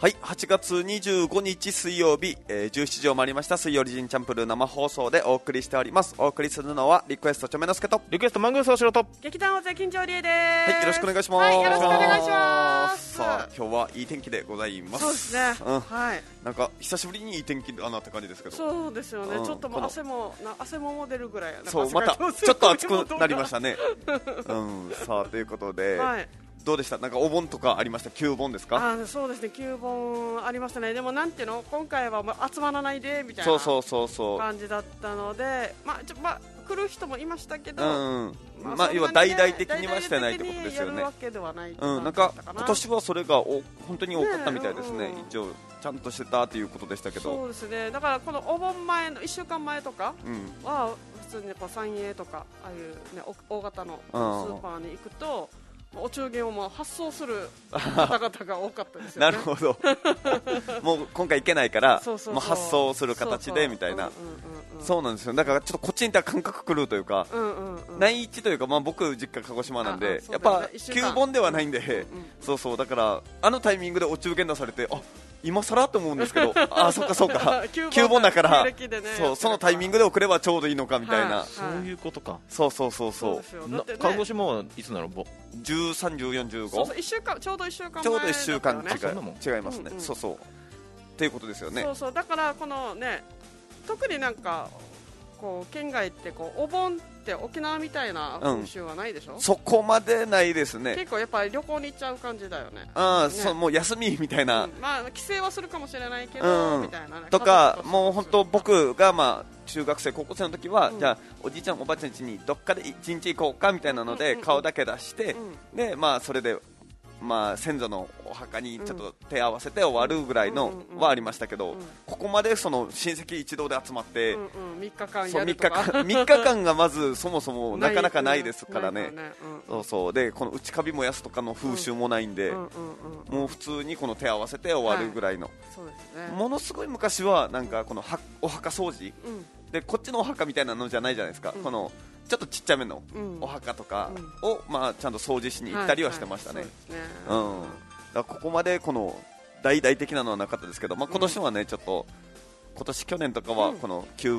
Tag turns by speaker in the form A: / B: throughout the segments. A: はい、8月25日水曜日、えー17時を回りました水曜リジンチャンプルー生放送でお送りしております。お送りするのはリクエストちょめのすけと。
B: リクエストマングースをしろと
C: 劇団大勢緊張理恵で
A: は
C: す。
A: い、よろしくお願いします。
C: はい、よろしくお願いします。
A: さあ、今日はいい天気でございます。
C: そうですね。
A: うん
C: はい。
A: なんか久しぶりにいい天気だなって感じですけど。
C: そうですよね。
A: うん
C: ちょっとも
A: こ
C: う
A: の
C: 汗もな汗ももう出るぐらい。
A: そう
C: な
A: ま
C: ん
A: た
C: か
A: ち
C: 汗が
A: ょっと暑くなりまし。
C: す
A: たね。うん、さあということ
C: ご
A: で、
C: いはい。
A: どうでした？なんかお盆とかありました？旧盆ですか？
C: あー、そうですね。九本ありましたね。でもなんていうの、今回はもう集まらないでみたい
A: そうそ
C: な
A: うそうそう。
C: 感じだったので、まあちょまあ来る人もいましたけど。
A: うん、ま
C: あ
A: あ、
C: そんなにね
A: 要は大々的にはしてないってことですよ
C: 大々的にや
A: ね
C: るわ。けではないって
A: うん、なん
C: 感じだっ
A: か
C: たな。
A: 今年はそれがお本当に多かったみたいですね、
C: ねうん
A: 一応ちゃんとしてたということでしたけ
C: そ
A: ど、
C: うですね。だからこのお盆前の一週間前とか。
A: うん、
C: は普通にこう三栄とかああいう、ね、お大型のス
A: うん
C: ーパーに行くとお中元をもう発送 する方々が多かったです
A: な
C: よね。
A: るほ ど、もう今回行けないから、
C: そうそうそう
A: もう発送する形でみたいな、
C: そう
A: そうなんですよ、だからちょっとこっちにいたら感覚狂うというか、
C: そううんうんうんうんうん
A: 内地というか、まあ、僕、実家、鹿児島なん
C: あ
A: で
C: あ、そ
A: や
C: う
A: っ
C: だよね
A: ぱ
C: 一週
A: 旧
C: 間
A: 本ではないんで、
C: うん、
A: そうそう、だからあのタイミングでお中元出されて、あ今更と思うんですけど、あそっかそっか
C: 旧盆
A: 旧本だから
C: 旧暦でね、
A: そうそのタイミングで遅ればちょうどいいのかみたいな。
C: はい
B: そういうことか
A: そうそうそう
C: そ
A: そ
C: うで
A: う。
C: すよだ
B: な
C: ってね
B: 鹿児島はいつなのぼ
A: 十三十四十
C: そう
A: 五
C: そう。一週間ちょうど一週間前
A: ちょうど一週間
C: だ
A: 違
C: っ
A: い
C: た
B: そ
C: よね
B: んなもん
A: 違いますね
C: う。んうん
A: そうそう。っていうことですよね
C: そ。うそうだからこのね特になんかこう県外ってこうお盆って沖縄みたいな風習はないでしょ、
A: そこまでないですね。
C: 結構やっぱり旅行に行っちゃう感じだよね
A: ああ、
C: ね
A: そうもう休みみたいな
C: うんまあ帰省はするかもしれないけど、
A: うん
C: みたいなね
A: とか
C: 家族過ごす
A: もう本当僕がまあ中学生高校生の時は
C: うん
A: じゃあおじいちゃんおばあちゃん家にどっかで一日行こうかみたいなの
C: うん
A: で
C: うんうん
A: 顔だけ出して
C: うん
A: でまあそれで。まあ、先祖のお墓にちょっと手合わせて終わるぐらいの
C: うんうんうん
A: はありましたけど、
C: うん
A: ここまでその親戚一同で集まって、
C: うんうん、3日間
A: そう3日
C: やるとか
A: 間3日間がまずそもそもなかなかないですから
C: ない
A: ね
C: よう
A: そ
C: ん
A: うそうでこの内カビ燃やすとかの風習もないんで、
C: うんうんうん
A: もう普通にこの手合わせて終わるぐらいの、
C: そうですね
A: ものすごい昔はなんかこのはお墓掃除
C: うん
A: でこっちのお墓みたいなのじゃないじゃないですか、
C: うん
A: このちょっとちっちゃめの
C: うん
A: お墓とかを、まあ、ちゃんと掃除しに行ったりはしてましたね、
C: はいはいそうですね
A: うんだからここまでこの大々的なのはなかったですけど、まあ、今年はねちょっと今年去年とかは
C: うん
A: この旧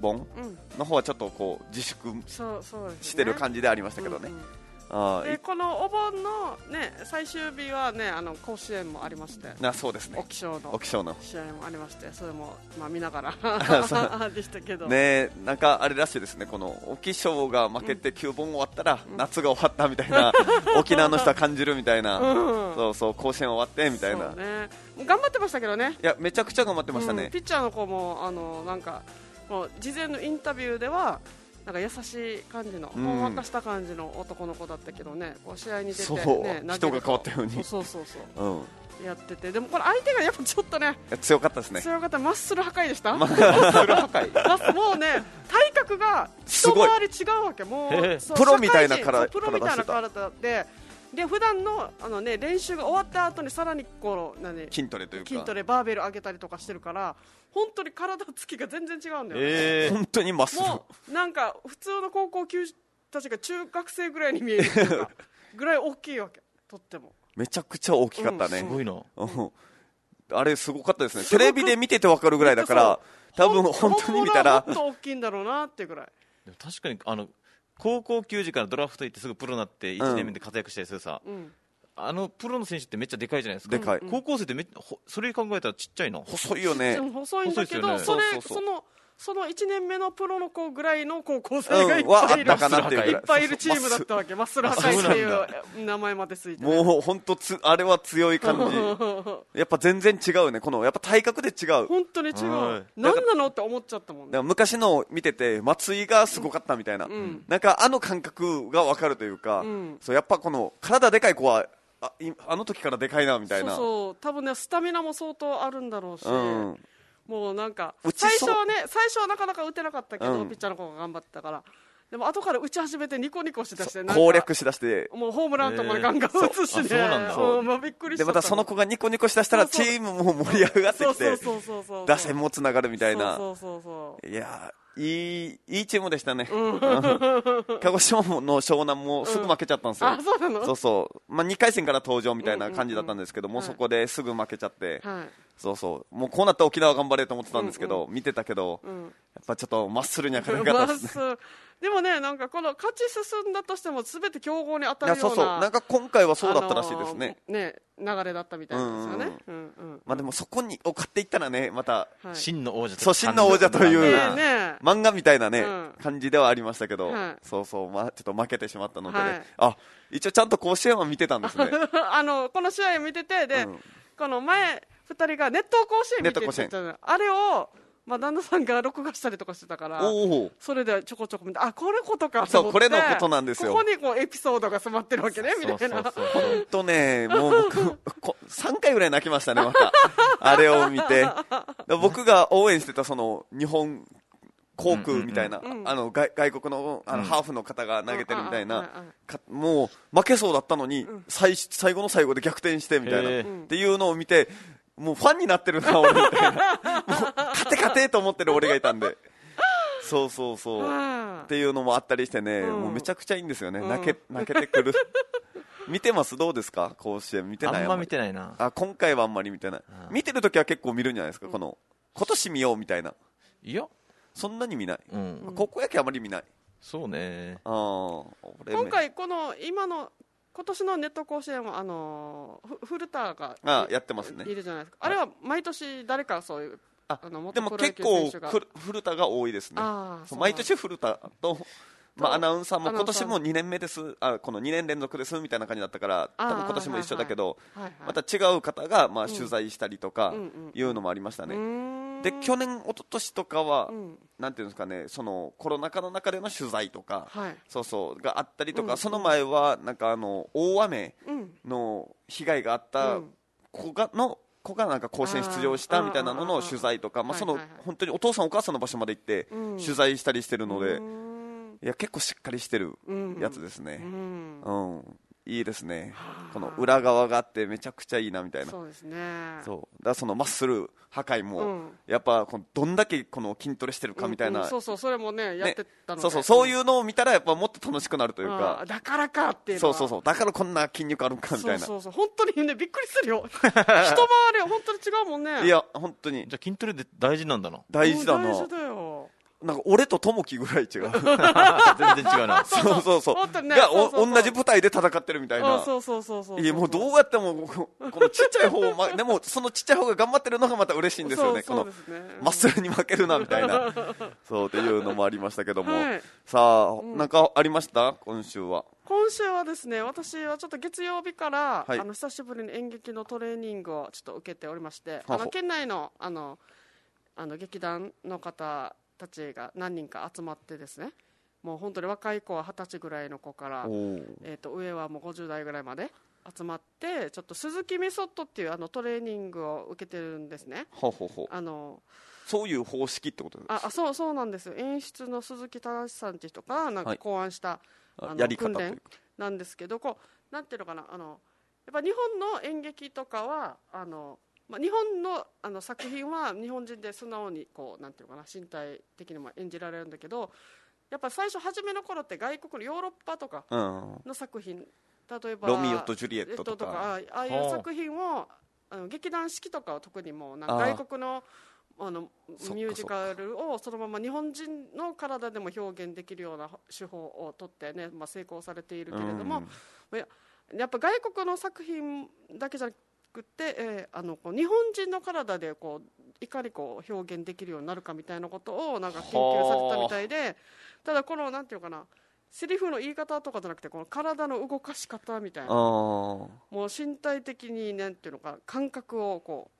A: 盆
C: うん
A: の方はちょっとこう自粛
C: そうそうですね
A: してる感じでありましたけどね、
C: うんうん
A: あー
C: でこのお盆のね最終日はねあの甲子園もありまして
A: いなそうですね
C: 沖縄の
A: 沖尚の
C: 試合もありましてそれもまあ見なが
A: そ
C: らでしたけど
A: ねなんかあれらしいですねこの沖尚が負けて9本終わったら、
C: ん
A: 夏が終わったみたい な沖縄の人は感じるみたいな、
C: うん
A: そうそう甲子園終わってみたいな、
C: そうね、頑張ってましたけどね
A: いやめちゃくちゃ頑張ってました
C: うん
A: ね
C: ピ、ッチャーの子もあのなんかこう事前のインタビューではなんか優しい感じの
A: うん
C: ほんわかした感じの男の子だったけどねこう試合に出て、
A: そう
C: ね、投げると
A: 人が変わったように
C: そうそうそうそ
A: うん
C: うやっててでもこれ相手がやっぱちょっとね
A: いや強かったですね
C: 強かったマッスル破壊でした、
A: それ破壊
C: マッスもうね体格が
A: す
C: 一
A: ごい
C: 回り違うわけも
B: へ
C: う
B: え
C: そう
A: プロみたいな
C: 社
A: か
C: 会人
A: ら
C: そうプロみたいな
A: 体
C: 体でで普段のあのね練習が終わった後にさらにこの何
A: 筋トレというか
C: 筋トレバーベル上げたりとかしてるから本当に体つきが全然違うんだよ、ね
B: ええ
A: 本当にまっす
C: もうなんか普通の高校球児たちが中学生ぐらいに見えるっていうかぐらい大きいわけとっても
A: めちゃくちゃ大きかった
C: う
A: ね
B: す、ごいな
A: うんあれすごかったですね
C: す
A: テ
C: ごく
A: レビで見ててわかるぐらいだから多分本当に見たら
C: 本物はもっと大きいんだろうなっていうぐらい
B: でも確かにあの高校球児からドラフト行ってすぐプロになって1年目で活躍したりするさ、
C: うん
B: あのプロの選手ってめっちゃでかいじゃないですか
A: でかい
B: 高校生ってめっほそれ考えたらちっちゃいな
A: 細いよね
C: でも細いんだけど、
B: 細いです
C: そ
A: よ
C: れ
A: ね
C: そ
A: そうそうそう
C: のその1年目のプロの子ぐらいの高校生がいっ
A: うん、は
C: ぱ
A: あ
C: いい
A: っ
C: る、
A: たかなっていうぐら
C: いっぱいいるチームだったわけマッスル破壊ってい
B: あそう
C: う名前までついて、ね、
A: もう本当つあれは強い感 じやっぱ全然違うねこのやっぱ体格で違う
C: 本当に違う、
B: は
C: 何なのって思っちゃったもん
A: だから
C: ね
A: 昔の見てて松井がすごかったみたいな、
C: ん
A: なんかあの感覚が分かるというか、
C: うん
A: そうやっぱこの体でかい子はあいあの時からでかいなみたいな
C: そうそう多分ねスタミナも相当あるんだろうし、
A: うん
C: もうなんか
A: 打ちそう
C: 最初はね最初はなかなか打てなかったけど、
A: うん
C: ピッチャーの子が頑張ってたからでも後から打ち始めてニコニコしだしてなんか
A: 攻略しだして
C: もうホームランと
B: え
C: か
B: ー
C: ガンガン打つし
B: そう
C: ね、
B: あそうなんだ
C: もうまあびっくりし
A: で
C: ちゃった
A: またその子がニコニコしだしたら
C: そ
A: チ
C: うそう
A: ームも盛り上がって
C: そう
A: き
C: そう
A: て
C: そうそうそう
A: 打線もつながるみたいな
C: そうそうそうそう
A: いやいい、いいチームでしたね。
C: うん
A: 鹿児島の湘南もすぐ負けちゃったんですよ。
C: あそうなの
A: そうそう、まあ、2回戦から登場みたいな感じだったんですけど、
C: んうん
A: もうそこですぐ負けちゃって、
C: はい
A: そうそう、もうこうなったら沖縄頑張れと思ってたんですけど、見てたけど、や
C: うん
A: っぱちょっとマッスルにはかなかったですね。
C: まあそうでもねなんかこの勝ち進んだとしても全て強豪に当
A: い
C: た
A: や
C: るような
A: そうそう、なんか今回はそうだったらしいですね。
C: あのーね流れだったみたいなんですよね、うんうん
A: まあでもそこにを買っていったらね、また
C: はい
B: 真の王者と
A: そう真の王者という
C: ね
A: な
C: えねえ
A: 漫画みたいなね、
C: うん
A: 感じではありましたけど、
C: はい
A: そうそう、まあ、ちょっと負けてしまったので、
C: はい
A: あ一応ちゃんと甲子園は見てたんですね。
C: あのこの試合見てて で、
A: うん
C: この前2人が熱湯甲子園見てって言ってたのあれを、まあ、旦那さんが録画したりとかしてたから
A: おお、
C: それでちょこちょこ見てあこれことか
A: そう
C: と思って
A: これのことなんですよ
C: ここにこうエピソードが詰まってるわけねみたいな
B: そうそうそう
A: ほんとね、もう僕、こ3回ぐらい泣きましたね、また。あれを見て。僕が応援してた、その、日本航空みたいな、
C: うんうんうん
A: あの、外外国のあの、
B: うん
A: ハーフの方が投げてるみたい
C: うんうんうんうん
A: な、かもう、負けそうだったのに、最、最後の最後で逆転して、みたい
B: へ
A: な。
B: ー
A: っていうのを見て、もうファンになってるな、俺、みたいな。もう、勝て勝てと思ってる俺がいたんで。そうそうそう。
C: あ
A: っ
C: あ
A: ていうのもあったりしてね、
C: うん
A: もうめちゃくちゃいいんですよね、
C: うん
A: 泣け泣けてくる 見てますどうですか甲子園見て
B: あ
A: ない
B: んま見てないな
A: あ今回はあんまり見てない、
B: うん
A: 見てるときは結構見るんじゃないですかこの今年見ようみたいない
B: や
A: そんなに見ない、
B: うん
A: 高校野球あまり見ない
B: そうね
A: あー俺
C: 今回この今の今年のネット甲子園はあのーふ古田が
A: あやってますね
C: いるじゃないですかあれは毎年誰かそういう
A: あ
C: あの元
A: でも
C: プロ野
A: 結
C: 球
A: 構
C: 選手が
A: くる古田が多いですね
C: あー
A: そう
C: そうなん
A: 毎
C: だ
A: 年古田と、まあ、
C: と
A: アナウンサーも
C: アナウ
A: 今
C: ンサ
A: 年
C: ー
A: も2年目ですあこの2年連続ですみたいな感じだったから多分
C: あー
A: 今年も一緒だけど
C: はいはい
A: また違う方がまあ取材したりとか
C: うんうん
A: いうのもありましたね、
C: うーん
A: で去年、一昨年とかは、
C: うん
A: なんていうんですかねそのコロナ禍の中での取材とか、
C: はい
A: そうそうがあったりとか、
C: うん
A: その前はなんかあの大雨
C: うん
A: の被害があった
C: うん
A: 子がの子がなんか甲子園出場したみたいなの
C: あーあ
A: の
C: ーあー
A: 取材とか、まあ、
C: はい
A: その、
C: はいはい
A: 本当にお父さん、お母さんの場所まで行って
C: うん
A: 取材したりしてるので、
C: う
A: い
C: ーん
A: や結構しっかりしてる
C: うん
A: やつです
C: う
A: ね、
C: ん
A: うんいいですね、この裏側があってめちゃくちゃいいなみたいな。
C: そうですね
A: そうだからそのマッスル破壊も、
C: うん
A: やっぱこのどんだけこの筋トレしてるかみたいな、
C: うんうんそうそうそれもねやってた
A: ね
C: ので
A: そうそうそうい
C: うん
A: うのを見たらやっぱもっと楽しくなるという
C: あ
A: か
C: ーだからかっていうの
A: そう
C: は
A: そうそうだからこんな筋肉あるんかみたいな
C: そうそうそう本当にねびっくりす るよ一回りは本当に違うもんね
A: いや本当に
B: じゃあ筋トレで大事なんだな
A: 大事だな
C: うん大事だよ
A: なんか俺とトモキぐらい違う
B: 全然違 うな
A: そうそうそう
C: 本当 にね
A: が
C: そうそうそ
A: お
C: う
A: 同じ舞台で戦ってるみたいな
C: うんそうそうそうそう
A: いやもうどうやってもここのちっちゃい方を、ま、 でもそのちっちゃい方が頑張ってるのがまた嬉しいんですよね
C: そうそ
A: こ
C: う
A: の
C: ですね
A: マッスルに負けるなみたい なそうっていうのもありましたけども、
C: はい
A: さあ、なんかありました今週は
C: 今週はですね私はちょっと月曜日から、
A: はい
C: あの久しぶりに演劇のトレーニングをちょっと受けておりまして
A: ほ
C: あの県内のあのあの劇団の方たちが何人か集まってですねもう本当に若い子は二十歳ぐらいの子から、
A: おー
C: えー、と上はもう50代ぐらいまで集まってちょっと鈴木メソッドっていうあのトレーニングを受けてるんですね。
A: ほうほうほう
C: あの
A: そういう方式ってことです
C: ああそうそうなんですよ演出の鈴木忠さんって人がなん
A: は
C: か
A: い
C: 考案した、
A: あ
C: あの
A: やり方とい
C: 訓
A: う
C: 練なんですけどこうなんていうのかなあのやっぱ日本の演劇とかはあの、まあ、日本のあの作品は日本人で素直にこうなんていうのかな身体的にも演じられるんだけどやっぱ最初初めの頃って外国のヨーロッパとか
A: か、うん、
C: の作品例えば
A: ロミオとジュリエットと
C: えっ
A: か、
C: あああいう作品をあの劇団四季とかは特にもうなんか
A: ああ
C: 外国のあの
A: そっか
C: ミュージカルをそのまま日本人の体でも表現できるような手法をとってね、まあ、成功されているけれども、
A: うん
C: やっぱ外国の作品だけじゃなくて、えーあのこう日本人の体でこういかにこう表現できるようになるかみたいなことをなんか研究されてたみたいでただこのなんていうかなセリフの言い方とかじゃなくてこの体の動かし方みたい
A: あ
C: な
A: ー
C: もう身体的になんていうのか感覚をこう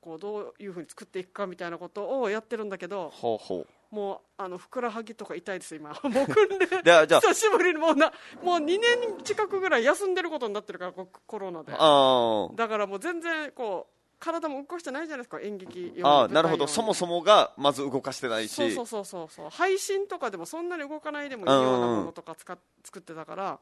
C: こうどういうふうに作っていくかみたいなことをやってるんだけど
A: ほうほ
C: もうあのふくらはぎとか痛いです今 もう訓練
A: うであじゃあ
C: 久しぶりにもうなもう2年近くぐらい休んでることになってるからこコロナで
A: あー
C: だからもう全然こう体も動かしてないじゃないですか演劇用の
A: あ
C: 舞
A: ー
C: 台
A: なるほど
C: 用に
A: そもそもがまず動かしてないし
C: そうそうそうそうそう配信とかでもそんなに動かないでもいいようなものとか使っ作ってたから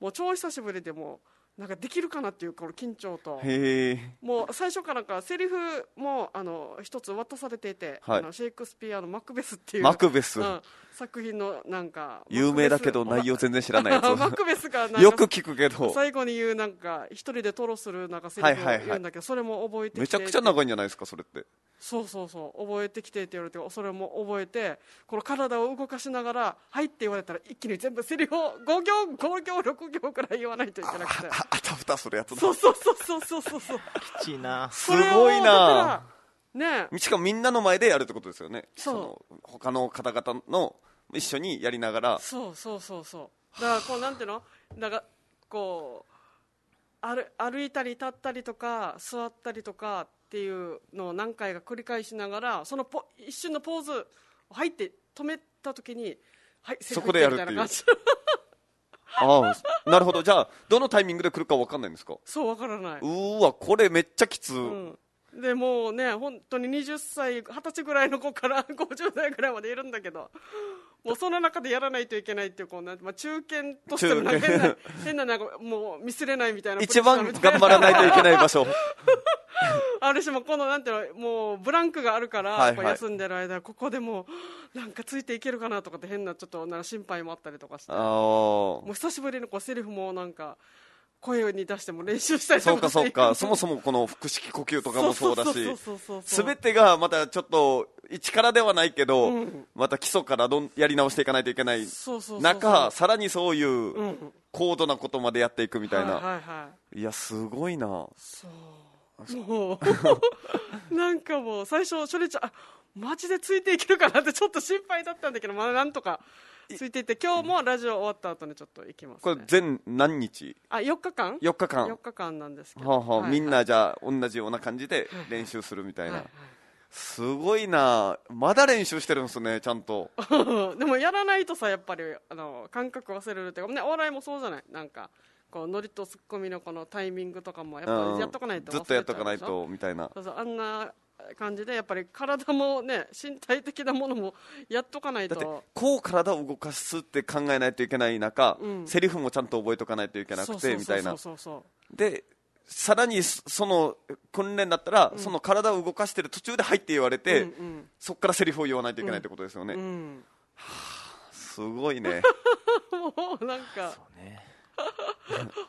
C: もう超久しぶりでもうなんかできるかなっていうこの緊張と
A: へえ
C: もう最初からかセリフもあの一つ渡されていて、
A: はい
C: あのシェイクスピアの「マクベス」っていう
A: マクベス
C: うん作品のなんか
A: 有名だけど内容全然知らないや
C: マ
A: つ
C: クベスがなんか
A: よく聞くけど
C: 最後に言うなんか一人でトロするなんかセリフを
A: はいはいはい
C: 言うんだけどそれも覚えて
A: め
C: き
A: ちゃ
C: て
A: くちゃ長いんじゃないですかそれって
C: そうそうそう覚えてきてって言われてそれも覚えてこの体を動かしながら「はい」って言われたら一気に全部セリフを5行5行6行くらい言わないといけなくて
A: ああたふたするやつだ
C: そうそうそうそうそうそうそう
B: きちいな
A: すごいな
C: それをだからね
A: しかもみんなの前でやるってことですよね
C: そう
A: の他の方々の一緒にやりながら
C: そうそうそうそうだからこうなんていうのなんかこう歩歩いたり立ったりとか座ったりとかっていうのを何回か繰り返しながらそのポ一瞬のポーズ入って止めた時にはいセリフ
A: そこでやるっ
C: み
A: て
C: た
A: いう
C: いな感じ
A: ああなるほどじゃあどのタイミングで来るか分かんないんですか、
C: そうわからないう
A: ーわこれめっちゃきつ、
C: うん、でもうね本当に20歳20歳ぐらいの子から50代ぐらいまでいるんだけどもうその中でやらないといけないっていうこうなんてまあ、中堅としてもなんか
A: 中
C: 変
A: 堅
C: な変ななんかもうミスれないみたいな
A: 一番
C: プレッシャーみたい
A: 頑張らないといけない場所
C: ある種もうこのなんていうのもうブランクがあるから、
A: はいはい
C: こう休んでる間ここでもうなんかついていけるかなとかって変なちょっとなんか心配もあったりとかして
A: あ
C: も
A: あ
C: う久しぶりのこうセリフもなんか声に出しても練習したりと
A: そ
C: か
A: う
C: して
A: かそうかそもそもこの腹式呼吸とかもそうだし
C: そうそうそう
A: 全てがまたちょっと一からではないけど、
C: うん
A: また基礎からどんやり直していかないといけない
C: そうそうそうそう
A: 中さらにそういううん高度なことまでやっていくみたいな、
C: はいはいはい
A: いやすごいな
C: そうもうなんかもう最初初日あマジでついていけるかなってちょっと心配だったんだけどまあなんとかついていって今日もラジオ終わった後にちょっと行きます、
A: こ
C: ね、
A: れ全何日
C: あ4日間
A: 4日間
C: 4日間なんですけど、
A: はあはあ
C: はい
A: みんなじゃあ同じような感じで練習するみたいな、すごいなまだ練習してるんですねちゃんと
C: はいでもやらないとさやっぱりあの感覚忘れるっていうか、ね、お笑いもそうじゃないなんかこうノリとツッコミのこのタイミングとかもやっぱ
A: うん
C: りやっとかないと忘れちゃうでしょ、
A: ずっとやっとかないとみたいな
C: そうそうあんな感じでやっぱり体もね身体的なものもやっとかない
A: だって
C: と
A: こう体を動かすって考えないといけない中、
C: うん
A: セリフもちゃんと覚えとかないといけなくてみたいな
C: そうそうそうそう
A: でさらにそその訓練だったら、その体を動かしてる途中で「はい」って言われて、
C: うん
A: そこからセリフを言わないといけないってことですよね、
C: うんうん
A: すご いね
C: もうなんか
B: ね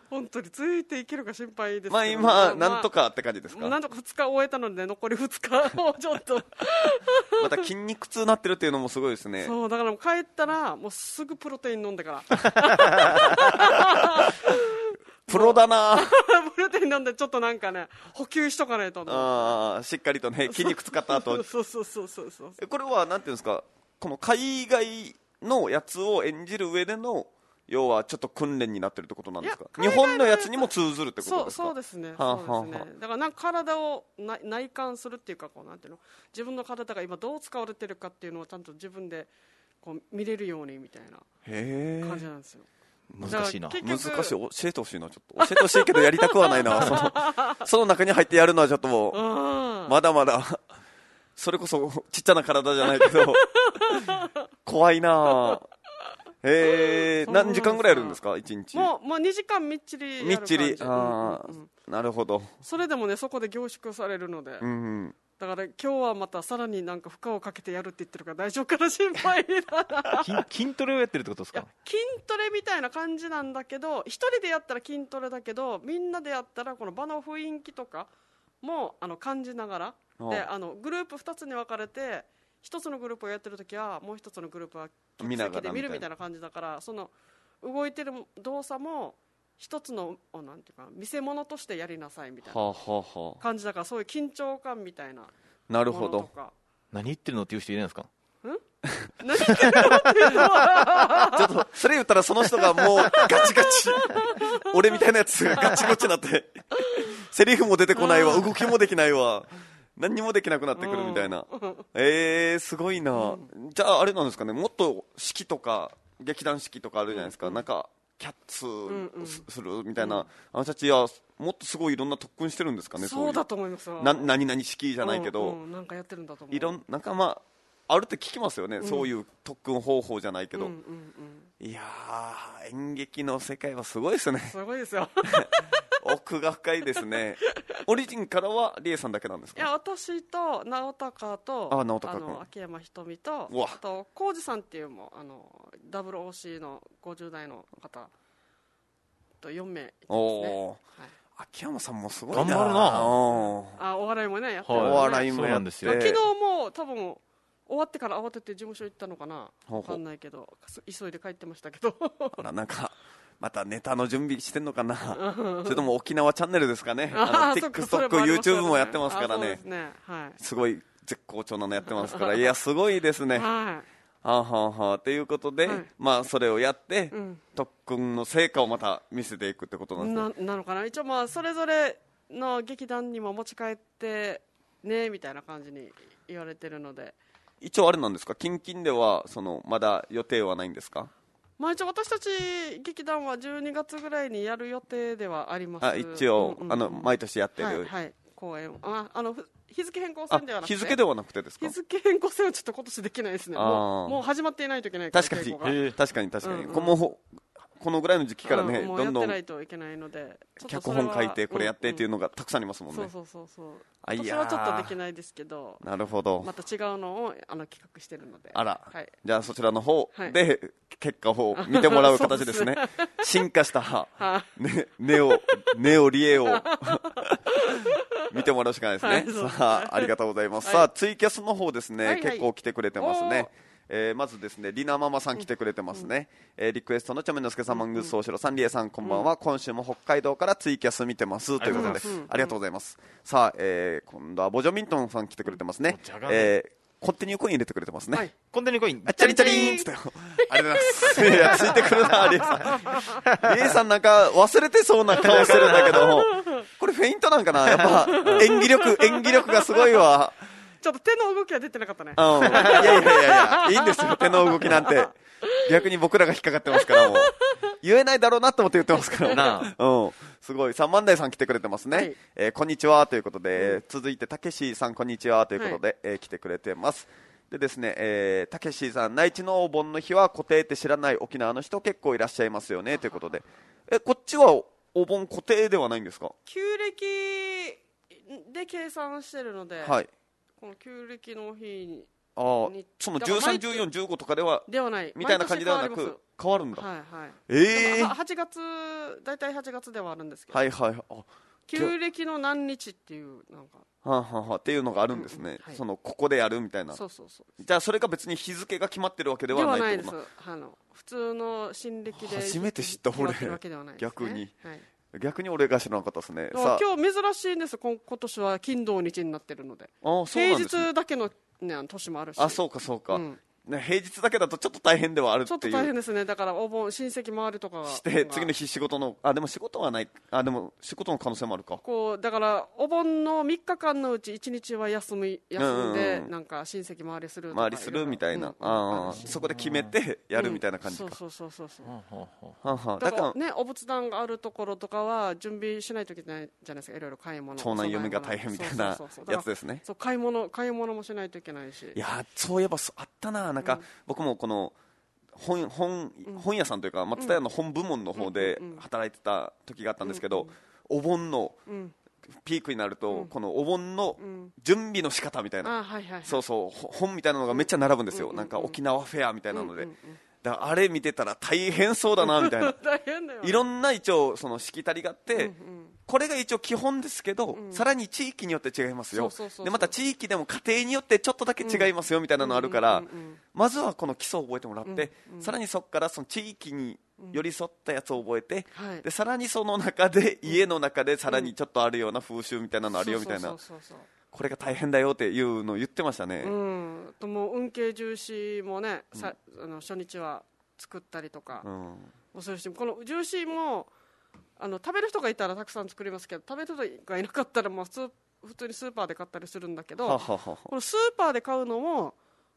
C: 本当についていけるか心配ですけど
A: まあ今なんとかって感じですか、
C: なんとか2日終えたので残り2日 をちょっと
A: また筋肉痛になってるっていうのもすごいですね
C: そうだからもう帰ったらもうすぐプロテイン飲んでから
A: プロだな
C: プロテイン飲んでちょっとなんかね補給しとかないと
A: あーしっかりとね筋肉使った後
C: そうそうそうそうそう
A: えこれはなんていうんですかこの海外のやつを演じる上での要はちょっと訓練になってるってことなんですか
C: い
A: 日
C: や海外の
A: 本のやつにも通ずるってこ
C: そ
A: と
C: う
A: ですか
C: そうですね、
A: はあ
C: そうです
A: はあは
C: ねだからなんか体をな内観するっていうかこうなんていうの自分の体が今どう使われてるかっていうのをちゃんと自分でこう見れるようにみたいな
A: へ
C: 感じなんですよ、
B: 難しいな
C: じゃあ
A: 難しい
C: 結局
A: 教えてほしいなちょっと教えてほしいけどやりたくはない なそのその中に入ってやるのはちょっともう
C: うん
A: まだまだ、それこそちっちゃな体じゃないけど、怖いなぁ。えー、
C: そうなん
A: 何
C: です
A: 時
C: よ
A: 間ぐらいやるんですか一日。
C: もうもう2時間みっちりやる
A: みっ
C: 感じ
A: ちり。あ
C: うんうんうん
A: ーなるほど。
C: それでもねそこで凝縮されるので、
A: うん。
C: だから今日はまたさらになんか負荷をかけてやるって言ってるから大丈夫かな心配だな
B: 筋筋トレをやってるってことですか
C: 筋トレみたいな感じなんだけど一人でやったら筋トレだけどみんなでやったらこの場の雰囲気とかもあの感じながら
A: あ
C: であのグループ2つに分かれて一つのグループをやってる時はもう一つのグループは
A: 見な
C: 客
A: がら
C: 席で見るみた
A: みたい
C: いな感じだからその動いてる動作も一つのおなんていうか見せ物としてやりなさいみたい
A: は
C: な
A: あ、はあはあ、
C: 感じだからそういう緊張感みたいな
A: なる
C: も
A: ほ
C: のと
A: ど。
C: か。
B: 何言ってるのっていう人いないんですか
C: 何言ってるのっていうのは
A: ちょっと、それ言ったらその人がもうガチガ チ。俺みたいなやつがガチゴチになって。セリフも出てこないわ、動きもできないわ。何にもできなくなってくるみたいな。えー、すごいな、じゃああれなんですかね、もっと式とか、劇団式とかあるじゃないですか。なんか、キャッツ
C: うん
A: すするみたいな。あの人たち、いや、もっとすごいいろんな特訓してるんですかね、
C: そう
A: と。
C: だと思いますよ
A: な何々式じゃないけど、
C: うんうんなんかやってるんだと思う
A: いろん、なんかまあ、あるって聞きますよね、そういう特訓方法じゃないけ
C: うん
A: ど、
C: うんうん
A: いやー演劇の世界はすごいですね
C: すごいですよ
A: 奥が深いですねオリジンからはリエさんだけなんです
C: いや
A: か
C: 私と直隆と
A: あ直隆
C: あ
A: 君
C: の秋山ひとみと
A: うわ
C: あと浩二さんっていうもあの WOC の50代の方と4名いてますね、
A: おー
C: はい
A: 秋山さんもすごいな
B: 頑張るな
A: うん
C: あお笑いもねやって
B: はい
C: る
A: お笑いも
B: そう
A: や
B: な
A: っ
B: ん
A: て
B: ですよ
C: 昨日もう多分終わってから慌てて事務所行ったのかな
A: ほうほう
C: 分かんないけどす急いで帰ってました けど
A: ほらなんかまたネタの準備してんのかなそれとも沖縄チャンネルですかねあの
C: ーそっかそれ
A: TikTok、
C: ありますよ
A: YouTube もやってますから
C: あそうで
A: ね
C: すねはい
A: すごい絶好調なのやってますからいやすごいですねは
C: は
A: あはあはあということで、
C: はい
A: まあそれをやって、
C: い、うん、
A: 特訓の成果をまた見せていくってことなんですね
C: ななのかな一応まあそれぞれの劇団にも持ち帰ってねみたいな感じに言われてるので
A: 一応あれなんですか近々ではそのまだ予定はないんですか
C: まあ一応私たち劇団は12月ぐらいにやる予定ではあります
A: あ一応、
C: うんうんうん
A: あの毎年やってる、
C: はい、はい、公演ああのふ日付変更戦では
A: あ
C: なくて
A: 日付ではなくてですか
C: 日付変更戦はちょっと今年できないですねも
A: あー
C: うもう始まっていないといけないから
A: 確かに
C: 稽古が
B: へえ
A: 確かに確かに、
C: うんうん
A: このほこのぐらいの時期からね、
C: うんもう
A: どん
C: やっ
A: ど
C: て
A: ん
C: ないといけないのでちょっと
A: 脚
C: それ
A: 本
C: は
A: 書いてこれやってっていう
C: うん
A: のがたくさんありますも
C: うんん
A: ね、
C: そうそうそうそう
A: あいやー
C: 今年はちょっとできないですけど
A: なるほど、
C: また違うのをあの企画してるので
A: あら、
C: はい、
A: じゃあそちらの方
C: はい
A: で結果を見てもらう形です ね進化した、
C: は
A: ね、ネオネオリエを見てもらうしかないですね、
C: はいそうです
A: さあありがとうございます、
C: はい
A: さあツイキャスの方ですね、
C: はいはい
A: 結構来てくれてます
C: おー
A: ねえーまずですねりなママさん来てくれてますね、えーリクエストのちゃめのすけさんマングース大城さんりえさんこんばんは、今週も北海道からツイキャス見てますということで
B: うん
C: うん
A: ありがとうございます、さあ、えー今度はボジョミントンさん来てくれてますね
B: じゃが、いも
A: えーコンティニューコイン入れてくれてますね、
C: はい
B: コンテニコイン
A: あチャリンチャリンっつってよ。 ありがとうございます。いや、ついてくる な、リエさん。リエさんなんか忘れてそうな顔してるんだけど、これフェイントなんかなやっ ぱ演技力、演技力がすごいわ。
C: ちょっと手の動きは出てなかったね
A: うん。いやいやいやいや、いいんですよ、手の動きなんて。逆に僕らが引っかかってますから、もう。言えないだろうなと思って言ってますから。
B: な
A: うん、すごい。三万台さん来てくれてますね。
C: はい
A: えーこんにちはということで、続いてたけしさんこんにちはということで、えー来てくれてます。でですね、えーたけしさん、内地のお盆の日は固定って知らない沖縄の人結構いらっしゃいますよねということで、え、こっちはおお盆固定ではないんですか
C: 旧暦で計算してるので、
A: はい。
C: この旧暦の日に
A: ああ
C: に、
A: その
C: だから毎
A: 13、
C: 日
A: 14、15とかでは、
C: ではない
A: みたいな感じではな
C: 毎年変わ
A: く、変わるん
C: り
A: だ。
C: ますはいはい
A: ええ
C: で
A: ー
C: もは。8月大体8月ではあるんですけど、
A: はいはい。あ
C: 旧暦の何日っていうなんか
A: はあはあはあっていうのがあるんですね、
C: うんはい
A: そのここでやるみたいな
C: そうそうそう
A: じゃあそれが別に日付が決まってるわけで
C: で
A: は
C: は
A: な
C: ないい
A: って
C: です
A: こと
C: あの普通の新暦で
A: 初めて知った俺
C: 決まってるわけではないですね
A: 逆に、
C: はい、
A: 逆に俺が知らなかったですね
C: でも
A: さあ
C: 今日珍しいんですこん今年は金土日になってるので
A: あそうな
C: 平
A: んですね、
C: 日だけの、ね、あの年もあるし
A: あそうかそうか、
C: うん
A: ね、平日だけだとちょっと大変ではある
C: ちょ
A: っ
C: っ
A: て
C: と
A: い
C: 大
A: う
C: 変ですねだからお盆親戚回るとか
A: して次の
C: 日
A: 日仕事のあでも仕事はないあでも仕事の可能性もあるか
C: こうだからお盆の3日間のうち1日は休み休ん
A: うん
C: で、
A: うんうん
C: なんか親戚回りするとか
A: 回りするみたいな、
C: うん
A: あ
C: あ
A: あ
C: るし
A: そこで決めてやるみたいな感じか、
C: うんそうそうそうそうそう
B: ほうほうほ
A: はんはんだ
C: だか
A: から
C: らねお仏壇があるところとかは準備しないといけないじゃないですかいろいろ買い物
A: 長男嫁が大変みたいな
C: そうそうそうそう
A: やつですね
C: そう買い物買い物もしないといけないし
A: いやーそういえばそあったななんか、僕もこの本本本屋さんというか松田屋の本部門の方で
C: うんうんうん
A: 働いてた時があったんですけど、
C: うんうん
A: お盆の
C: うん
A: ピークになると、
C: うん
A: このお盆の
C: うん
A: 準備の仕方みたいな、
C: あはいはい
A: そううそうほ本みたいなのがめっちゃ並ぶんですよ、
C: うんうん
A: なんか沖縄フェアみたいなので、
C: んうんうん
A: だからあれ見てたら大変そうだなみた いな
C: 大変だよ
A: いろんな一応そのしきたりがあって、
C: うんうん
A: これが一応基本ですけど、
C: うん
A: さらに地域によって違いますよ
C: そうそうそうそう
A: でまた地域でも家庭によってちょっとだけ違いますよみたいなのあるから、
C: うんうん
A: まずはこの基礎を覚えてもらって、
C: うんうん
A: さらにそこからその地域に寄り添ったやつを覚えて、
C: うんはい
A: でさらにその中で家の中でさらにちょっとあるような風習みたいなのあるよみたいな、
C: そうそうそう
A: これが大変だよっていうのを言ってましたね、
C: そううんあともう運慶重視もねさあの初日は作ったりとか
A: うん
C: もするしこのジューシーもあの食べる人がいたらたくさん作りますけど食べる人がいなかったらまあスー普通にスーパーで買ったりするんだけ
A: はは
C: ど
A: はは
C: このスーパーで買うのも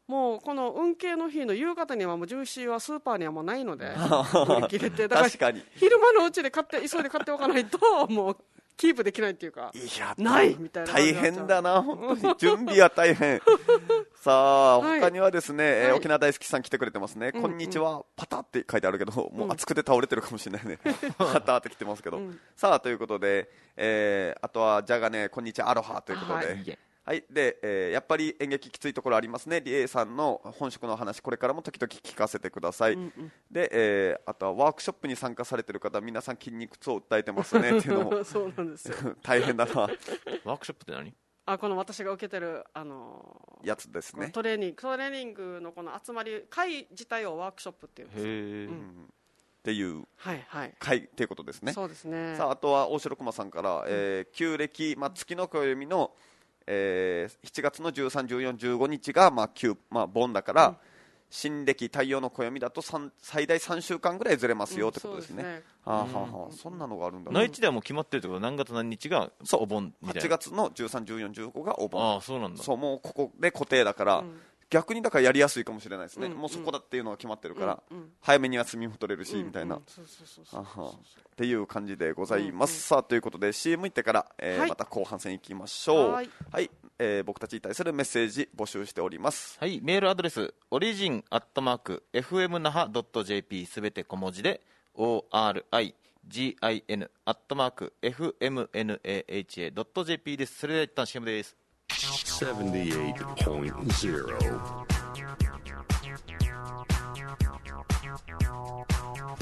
C: もうこの運慶の日の夕方にはもうジューシーはスーパーにはもうな いので売り切れてだから
A: 確かに
C: 昼間のうちで買って急いで買っておかないともうキープできないっていうか
A: いや
C: ないみたいな
A: 大変だな本 当に準備は大変さあ、
C: はい
A: 他にはですね、えー
C: はい
A: 沖縄大好きさん来てくれてますね、
C: んうん
A: こんにちはパタって書いてあるけどもう熱くて倒れてるかもしれない ね、パタって来てますけど、
C: うん
A: さあということで、えーあとはじゃがねこんにちはアロハということで、は
C: は
A: いで、えーやっぱり演劇きついところありますねリエさんの本職の話これからも時々聞かせてください、
C: うんうん
A: で、えーあとはワークショップに参加されてる方皆さん筋肉痛を訴えてます ねっていうのも
C: そうなんですよ
A: 大変だな
B: ワークショップって何
C: あこの私が受けてるあのー
A: やつです
C: この
A: ね
C: トレーニングトレーニングのこの集まり会自体をワークショップっていうんですよ
B: へえ
C: う
A: っ
C: ん
A: ていう
C: はいはい、
A: 回っていうことですね
C: そうですね
A: さああとは大城駒さんから、えー旧暦、まあ、月の暦の、えー7月の131415日が、まあ旧まあ、盆だから、新暦太陽の暦だと三最大3週間ぐらいずれますよってことですね,、
C: う
A: は
C: んそう
A: あはあはあそんなのがあるんだ
B: 内地ではもう決まってるってこと何月何日が
A: そう
B: お盆みたいな
A: 8月の131415がお盆
B: ああそうなんだ
A: そうもうここで固定だから、
C: うん
A: 逆にだからやりやすいかもしれないですね、
C: うんうん
A: もうそこだっていうのが決まってるから、
C: うんうん
A: 早めに休みも取れるし、
C: うんうん
A: みたいな
C: そうそうそうそう
A: あはっていう感じでございます、さあということで CM 行ってから、えー
C: はい
A: また後半戦行きましょうは
C: はいい、
A: えー僕たちに対するメッセージ募集しております
B: はい、メールアドレス、オリジンアットマーク、fmnaha.jp すべて小文字で、origin アットマーク、fmnaha.jp です。それでは一旦 CM です。
D: 78.0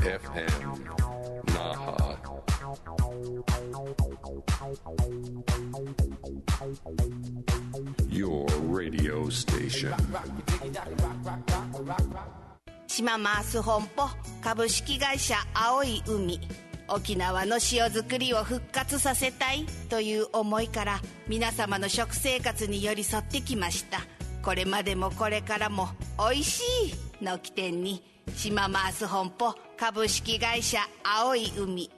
D: FM Naha.
E: 島マース本舗株式会社青い海沖縄の塩作りを復活させたいという思いから皆様の食生活に寄り添ってきましたこれまでもこれからも「おいしい」の起点に島マース本舗株式会社青い海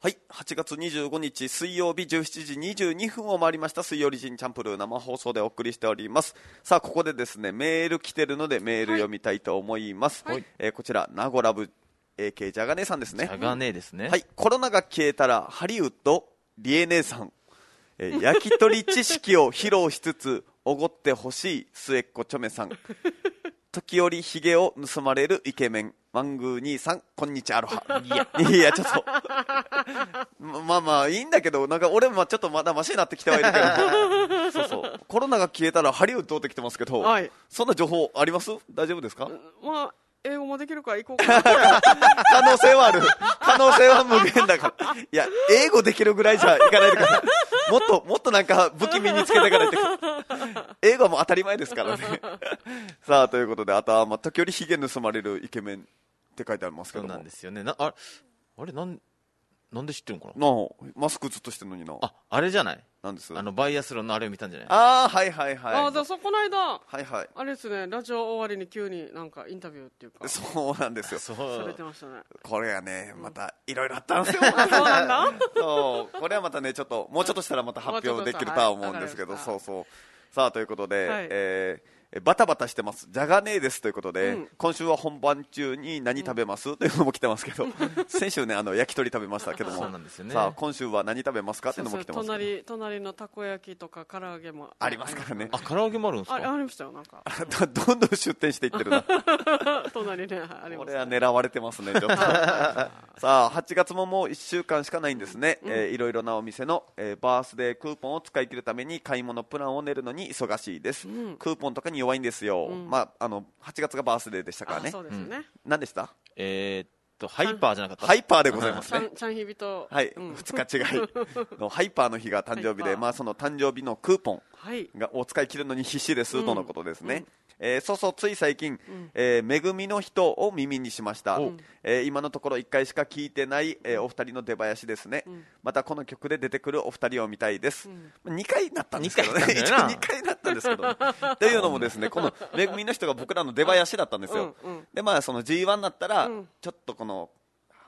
A: はい8月25日水曜日17時22分を回りました水曜リジンチャンプルー生放送でお送りしておりますさあここでですねメール来てるのでメール読みたいと思います、
C: はい
A: えーこちら名護ラブ AK ジャガネさんですね
B: じゃがねえですね。
A: はい、コロナが消えたらハリウッドリエ姉さん、えー焼き鳥知識を披露しつつおごってほしい末っ子チョメさん時折ひげを盗まれるイケメンマングー兄さんこんにちはアロハいやちょっとままあまあいいんだけどなんか俺もちょっとまだマシになってきてはいるけどそうそうコロナが消えたらハリウッドってきてますけど、
C: はい
A: そんな情報あります大丈夫ですか
C: まあ英語もできるから行こう かな
A: 可能性はある。可能性は無限だから。いや、英語できるぐらいじゃいかないでください。もっと、もっとなんか武器身につけてからって。英語はもう当たり前ですからね。さあ、ということで、あとは、まあ、時折ヒゲ盗まれるイケメンって書いてありますけ
B: そ
A: ど
B: う
A: も。
B: なんですよね。なああれなん、なんで知ってるのかな
A: なあ、マスクずっとしてるのにな。
B: あ、あれじゃない
A: なんです
B: あの、バイアスロンのあれを見たんじゃない
A: あーはいはいはい。
C: ああじゃあそうこの間
A: はいはい。
C: あれですねラジオ終わりに急になんかインタビューっていうかさ
A: そうなんですよ。
B: そう。
C: れてました ね
A: これがね、また、いろいろあったんですよ。
C: あそうなんだ
A: そう、これはまたね、ちょっと、もうちょっとしたらまた発表できるとは思うんですけど、
C: はい
A: そうそう。さあ、ということで、
C: はい
A: えーバタバタしてます、じゃがねえですということで、
C: うん
A: 今週は本番中に何食べます、というのも来てますけど、先週ね、あの焼き鳥食べましたけども、
B: そうなんですよね
A: さあ、今週は何食べますかっていうのも来てますけど
C: 隣隣のたこ焼きとか唐揚げも
A: ありますからね
B: あ、、唐揚げもあるんです
C: ああ
B: か
C: りましたよなんか
A: どどんどん出店していってるな。
C: 隣ねはいありま
A: こ
C: し
A: れは
C: た
A: 狙われてますね、ちょっと さあ、8月ももう1週間しかないんですね、えーいろいろなお店の、えーバースデークーポンを使い切るために買い物プランを練るのに忙しいです、クーポンとかに弱いんですよ、まあ、あの8月がバースデーでしたから
C: あ
A: ね
C: そ、うですよね
A: 何でした
B: えーっと、ハイパーじゃなかった
A: ハイパーでございます
C: ちゃ
A: ね
C: ん。ちゃんひびと
A: はい、
C: うん
A: 2日違いのハイパーの日が誕生日
C: ハ
A: で、
C: イパー
A: まあ、その誕生日のクーポン
C: はい
A: がを使い切るのに必死ですとのことですね、えーそうそうつい最近「えー恵みの人」を耳にしました、えー今のところ1回しか聞いてない、えーお二人の出囃子ですね、またこの曲で出てくるお二人を見たいです、2回なったんですけどね
B: 二回なっ
A: 一応
B: たんだよな
A: 二回なったんですけどね、というのもですねこの「恵みの人」が僕らの出囃子だったんですよ、
C: うんうん
A: でまあその G1 になったら、
C: うん
A: ちょっとこの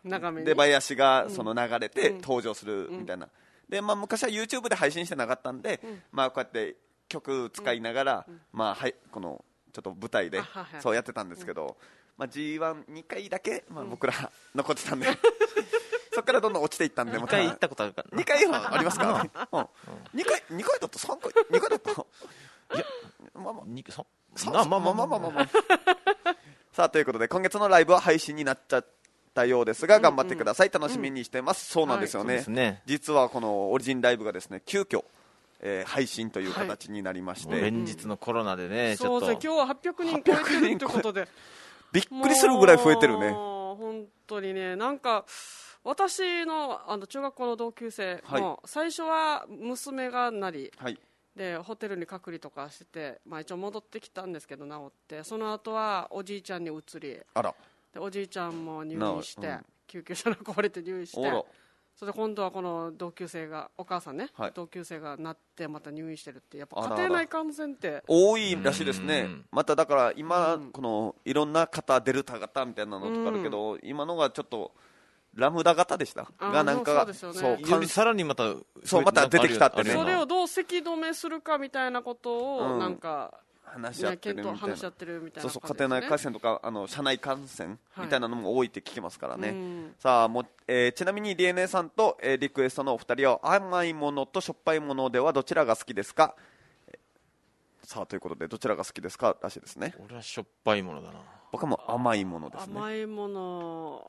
C: 長めに
A: 出囃子がその流れて登場するみたいな、でまあ、昔は YouTube で配信してなかったんで、まあ、こうやって曲使いながら、まあ、はいこのちょっと舞台で
C: あはいはい
A: そうやってたんですけど、まあ、g 1 2回だけ、まあ、僕ら 残ってたんで、そこからどんどん落ちていったんで
B: 一
A: また
B: 回行ったことあるからな
A: 2回はありますからね、うん2回二回だった3回2回だったいやまあまあ
B: にそ
A: さ
B: まあまあまあま
A: ま
B: あ
A: あ
B: ま
A: ま
B: あ
A: あ
B: ま
A: ま
B: あ
A: あま あさあということで今月のライブは配信になっちゃったようですが頑張ってください、楽しみにしてます、そうなんですよね,、
B: はいそうですね
A: 実はこのオリジンライブがですね急遽、えー配信という形になりまして、
B: もう連日のコロナでねち
C: そ
B: ょ
C: う
B: っ
C: ですね
B: と
C: 今日は800人超えてるってことで
A: びっくりするぐらい増えてるね
C: もう本当にねなんか私のあの中学校の同級生も、最初は娘がなり
A: はい
C: でホテルに隔離とかしてて、まあ、一応戻ってきたんですけど治ってその後はおじいちゃんに移り
A: あら
C: でおじいちゃんも入院して、
A: なうん
C: 救急車に壊れて入院して
A: おら
C: それで今度はこの同級生がお母さんね、
A: はい
C: 同級生がなってまた入院してるってやっぱ
A: あらあら
C: 家庭内感染って
A: 多いらしいですね
B: うん
A: まただから今、
C: うん
A: このいろんな型デルタ型みたいなのとかあるけど、今のがちょっとラムダ型でした
C: あー
A: がなんかが
C: そうですよ
A: そ
C: ね
A: う
B: よりさらにまた
A: そうまた出てきたってね
B: あるよ
C: そ
B: な
C: れをどうせき止めするかみたいなこと
A: う
C: を
A: ん
C: なんか、
A: 話し合っ
C: ね、
A: てるみ
C: 検
A: たいな
C: 討話し合ってるみたい
A: そう
C: な
A: そう家
C: 感じです
A: 庭
C: ね
A: 内感染とかあの社内感染
C: はい
A: みたいなのも多いって聞きますからね、
C: うん
A: さあもう、えーちなみに DNA さんと、えーリクエストのお二人は甘いものとしょっぱいものではどちらが好きですかえーさあということでどちらが好きですからしいですね
B: 俺はしょっぱいものだな
A: 僕はもう甘いものですね
C: 甘いもの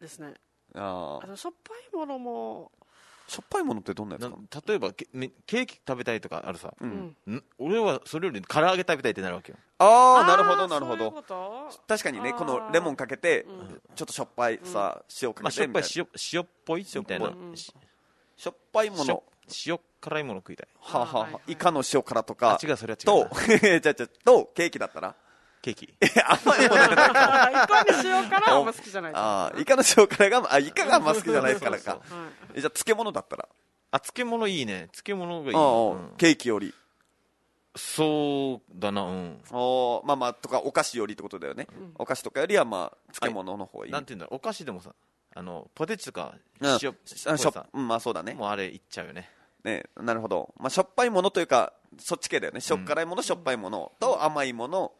C: ですね
A: あ
C: あ
A: ー
C: のしょっぱいものも、
A: しょっぱいものってどんなやつ
B: な
A: かな
B: 例えばケねケーキ食べたいとかあるさ
A: う
C: うん
A: ん、
B: ん俺はそれより唐揚げ食べたいってなるわけよ
A: あ
C: あ
A: あ
C: ー
A: なるほどなるほ
C: そうい
A: ど
C: うこと
A: 確かにね
C: あー
A: このレモンかけて、
C: うん
A: ちょっとしょっぱいさ、塩か
B: まあ
A: け
B: しょ
A: て
B: っ
A: み
B: ぱ
A: たい
B: い
A: な
B: 塩塩っぽいみたいな
A: 塩っ
C: ぽい
B: し
A: しょっぱいも
B: 塩
A: の
B: 塩辛いもの食いたい
A: はあはあ
C: はい
A: は
C: は
A: あ
C: い
A: イカの塩辛とか
B: あ違うそれは違う
A: と じゃあじゃあとケーキだったら
B: ケーキ
A: 甘いものじゃない
C: あーいかにしようかなあんま好きじゃないです
A: ああイカの塩辛があイカがあんま好きじゃないですから
B: そう
A: か
B: そう
C: はい
A: えじゃあ漬物だったら
B: あ漬物いいね漬物がいい
A: ああ
B: うん
A: ケーキより
B: そうだなうん
A: おまあまあとかお菓子よりってことだよね、お菓子とかよりはまあ漬物の方がいい
B: なんていうんだろうお菓子でもさあのポテチとか
A: うん
B: 塩
A: あし
B: 塩
A: ょ
B: っ
A: あしょ
B: ぽいさ
A: うんまあそうだね
B: もうあれいっちゃうよね
A: ねなるほど、まあ、しょっぱいものというかそっち系だよねしょっ辛いもの、しょっぱいものと甘いもの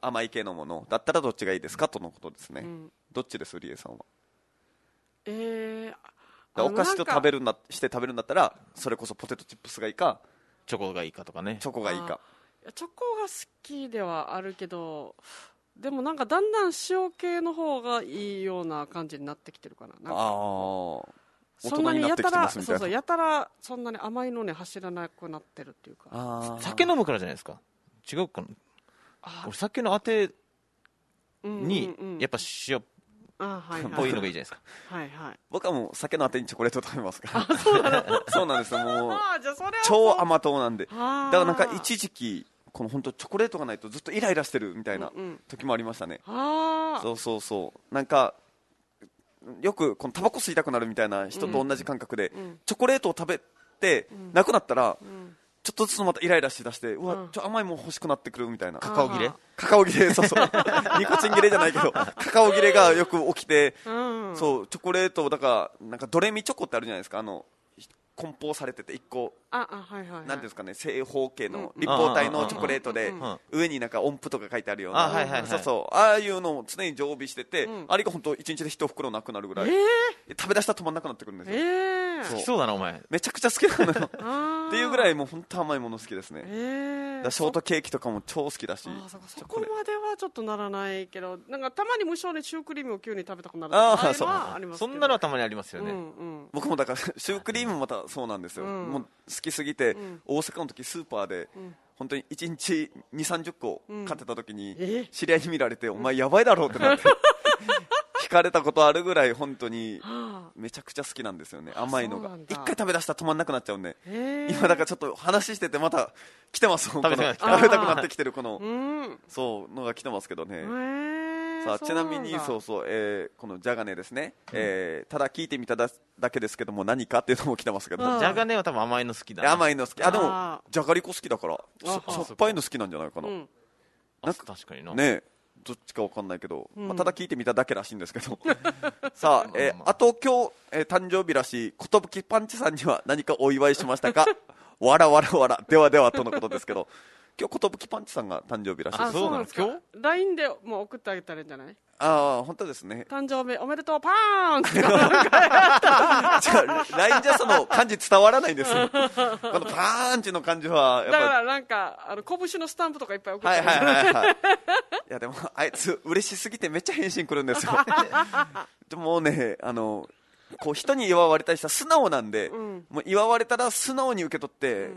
A: 甘い系のものだったらどっちがいいですかとのことですね、
C: うん
A: どっちですリエさんは
C: えー
A: だからお菓子と食べ
C: る
A: るんだして食べるんだったらそれこそポテトチップスがいいか
B: チョコがいいかとかね
A: チョコがいいか
C: チョコが好きではあるけどでもなんかだんだん塩系の方がいいような感じになってきてるかななん
A: ああ
C: か
A: 大
C: そんな
A: 人にな
C: に
A: っ
C: や
A: て
C: た
A: きて
C: ら
A: ます
C: そう
A: みたい
C: そう
A: な
C: やたらそんなに甘いのに走らなくなってるっていうか
A: あー
B: 酒飲むからじゃないですか違うかな
C: あ
B: 俺酒のあて
C: うん
B: に
C: うんうん
B: やっぱ塩っ
C: あはいはい
B: ぽいのがいいじゃないですか
C: はいはい
A: 僕はもう酒のあてにチョコレートを食べますからそうなんですよもう
C: ああじゃあそれは
A: 超甘党なんでだか
C: あー
A: らなんか一時期この本当チョコレートがないとずっとイライラしてるみたいな
C: うんうん
A: 時もありましたね、
C: ああ
A: そうそうそうなんかよくこのタバコ吸いたくなるみたいな人と同じ感覚で、
C: ん
A: チョコレートを食べてなくなったら、
C: ん
A: ちょっとずつまたイライラしだしてうわ、
C: うん
A: ちょ甘いもん欲しくなってくるみたいな
B: カカオ切れ
C: あ
A: カカオ切れそうそう ニコチン切れじゃないけどカカオ切れがよく起きて、
C: うん
A: そうチョコレートをだからなんかドレミチョコってあるじゃないですかあの梱包されてて一個
C: ああはいはいは
A: なん
C: い
A: ていうんですかね正方形の
C: うん
A: 立方体のチョコレートで
B: んうん
A: 上になんか音符とか書いてあるよう
B: あはいはいは
A: ないそうそうああいうのを常に常備してて
C: うん
A: あれが本当一日で一袋なくなるぐらい
C: え
A: 食べ出したら止まんなくなってくるんです
C: え
A: よ
C: ええ
A: そう
B: 好きそうだなお前
A: めちゃくちゃ好きなの よ
C: っ
A: っていうぐらいもう本当甘いもの好きですね
C: え
A: だ
C: え
A: からショートケーキとかも超好きだし
C: そあーそっかそ
A: チョコ
C: こ
A: レート
C: まではちょっとならないけどなんかたまに無性にシュークリームを急に食べたくなると
A: あー
C: かああいう
A: そ
C: の
A: う
C: はあります
B: そんなの
C: は
B: はたまにありますよ
C: う
B: ね
C: んうん
A: 僕もだから シュークリームもまたそうなんですよ
C: うん
A: もう好きすぎて
C: ん
A: 大阪の時スーパーで本当に1日2 3 0個買ってた時に
C: え
A: 知り合いに見られてお前やばいだろうってなって引聞かれたことあるぐらい本当に
C: はあ
A: めちゃくちゃ好きなんですよね甘いの
C: そう
A: が
C: なんだ
A: 一回食べ出したら止まんなくなっちゃうんで
C: へえ
A: 今だからちょっと話しててまた来てますもんこの
B: 食べたくなって
A: 食べ
B: きた
A: たくなってきてるこの
C: うん
A: そうのが来てますけどね
C: へえ
A: さあちなみにそううそう、えーこのジャガネですね、えーただ聞いてみただだけですけども何かっていうのも来てますけど、
C: うん
B: じゃがねは多分甘いの好きだ、ね、
A: 甘いの好きあで
C: あ
A: もじゃがりこ好きだから
C: あ
A: し
C: あ
A: ょしょっぱいの好きなんじゃないかな、
C: なんだ
B: あ確かにな、
A: ねえどっちかわかんないけど、
C: うん
A: まあ、ただ聞いてみただけらしいんですけどさあ、えー
B: まあまあ
A: あと今日、えー誕生日らしい寿パンチさんには何かお祝いしましたかわらわらわらではではとのことですけど今日寿パンチさんが誕生日らしい
B: あ
A: です
B: そうなの
C: ですか
B: 今日
C: LINE でもう送ってあげたらいいんじゃない
A: ああ本当ですね
C: 誕生日おめでとうパーン って
A: じゃあ LINE じゃその感じ伝わらないんですよこのパーンチの感じは
C: だか
A: やっ
C: らなんかあの拳のスタンプとかいっぱい送っ
A: ぱ
C: てあ
A: は
C: げ
A: い
C: る
A: はいはいはいいやでもあいつ嬉しすぎてめっちゃ返信来るんですよ でももうねあのこう人に祝われたりしたら素直なんで、
C: ん
A: もう祝われたら素直に受け取って、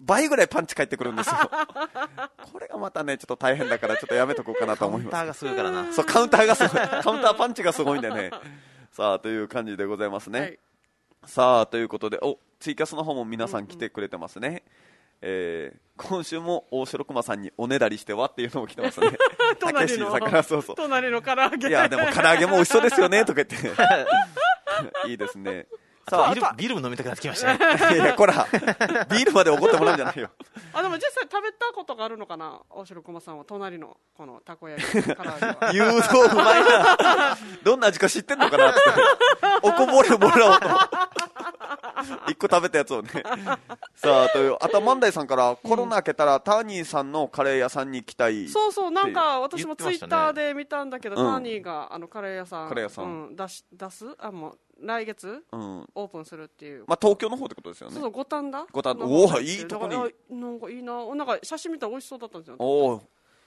A: 倍ぐらいパンチ返ってくるんですよ これがまたねちょっと大変だからちょっとやめとこうかなと思います
B: ターがすごいからな
A: そうカウンターがすごいカウンターパンチがすごいんだよねさあという感じでございますね、
C: はい
A: さあということでおツイキャスの方も皆さん来てくれてますね、えー今週も大城駒さんにおねだりしてはっていうのも来て ますねたけし
C: 隣の
A: さんからそうそう
C: 隣の唐揚げ
A: いやでも唐揚げも美味しそうですよねとか言って いいですねさあ
B: ビールビールも飲みたくなってきましたね
A: いやいやこらビールまでおごってもらうんじゃないよ
C: あでも実際食べたことがあるのかな大城駒さんは隣のこのたこ焼きの唐揚げは
A: 誘導うまいなどんな味か知ってんのかなっておこぼれもらおうと一個食べたやつをねさあというあと万代さんからコロナ明けたらターニーさんのカレー屋さんに行きたい
C: そうそうなんか私
B: 言
C: も
B: ってま
C: ツイ
B: した
C: ッ
B: ね
C: ターで見たんだけど、
A: うん
C: ターニーがあのカレー屋さん
A: カレー屋さん
C: うん、出し出すあもう来月
A: うん
C: オープンするっていう、
A: まあ東京の方ってことですよ
C: そう
A: ね
C: そう五反田
A: 五反田
C: の
A: おお
C: 入って
A: いいとこに
C: なんかあなんかいいななんか写真見たら美味しそうだったんですよ
A: おお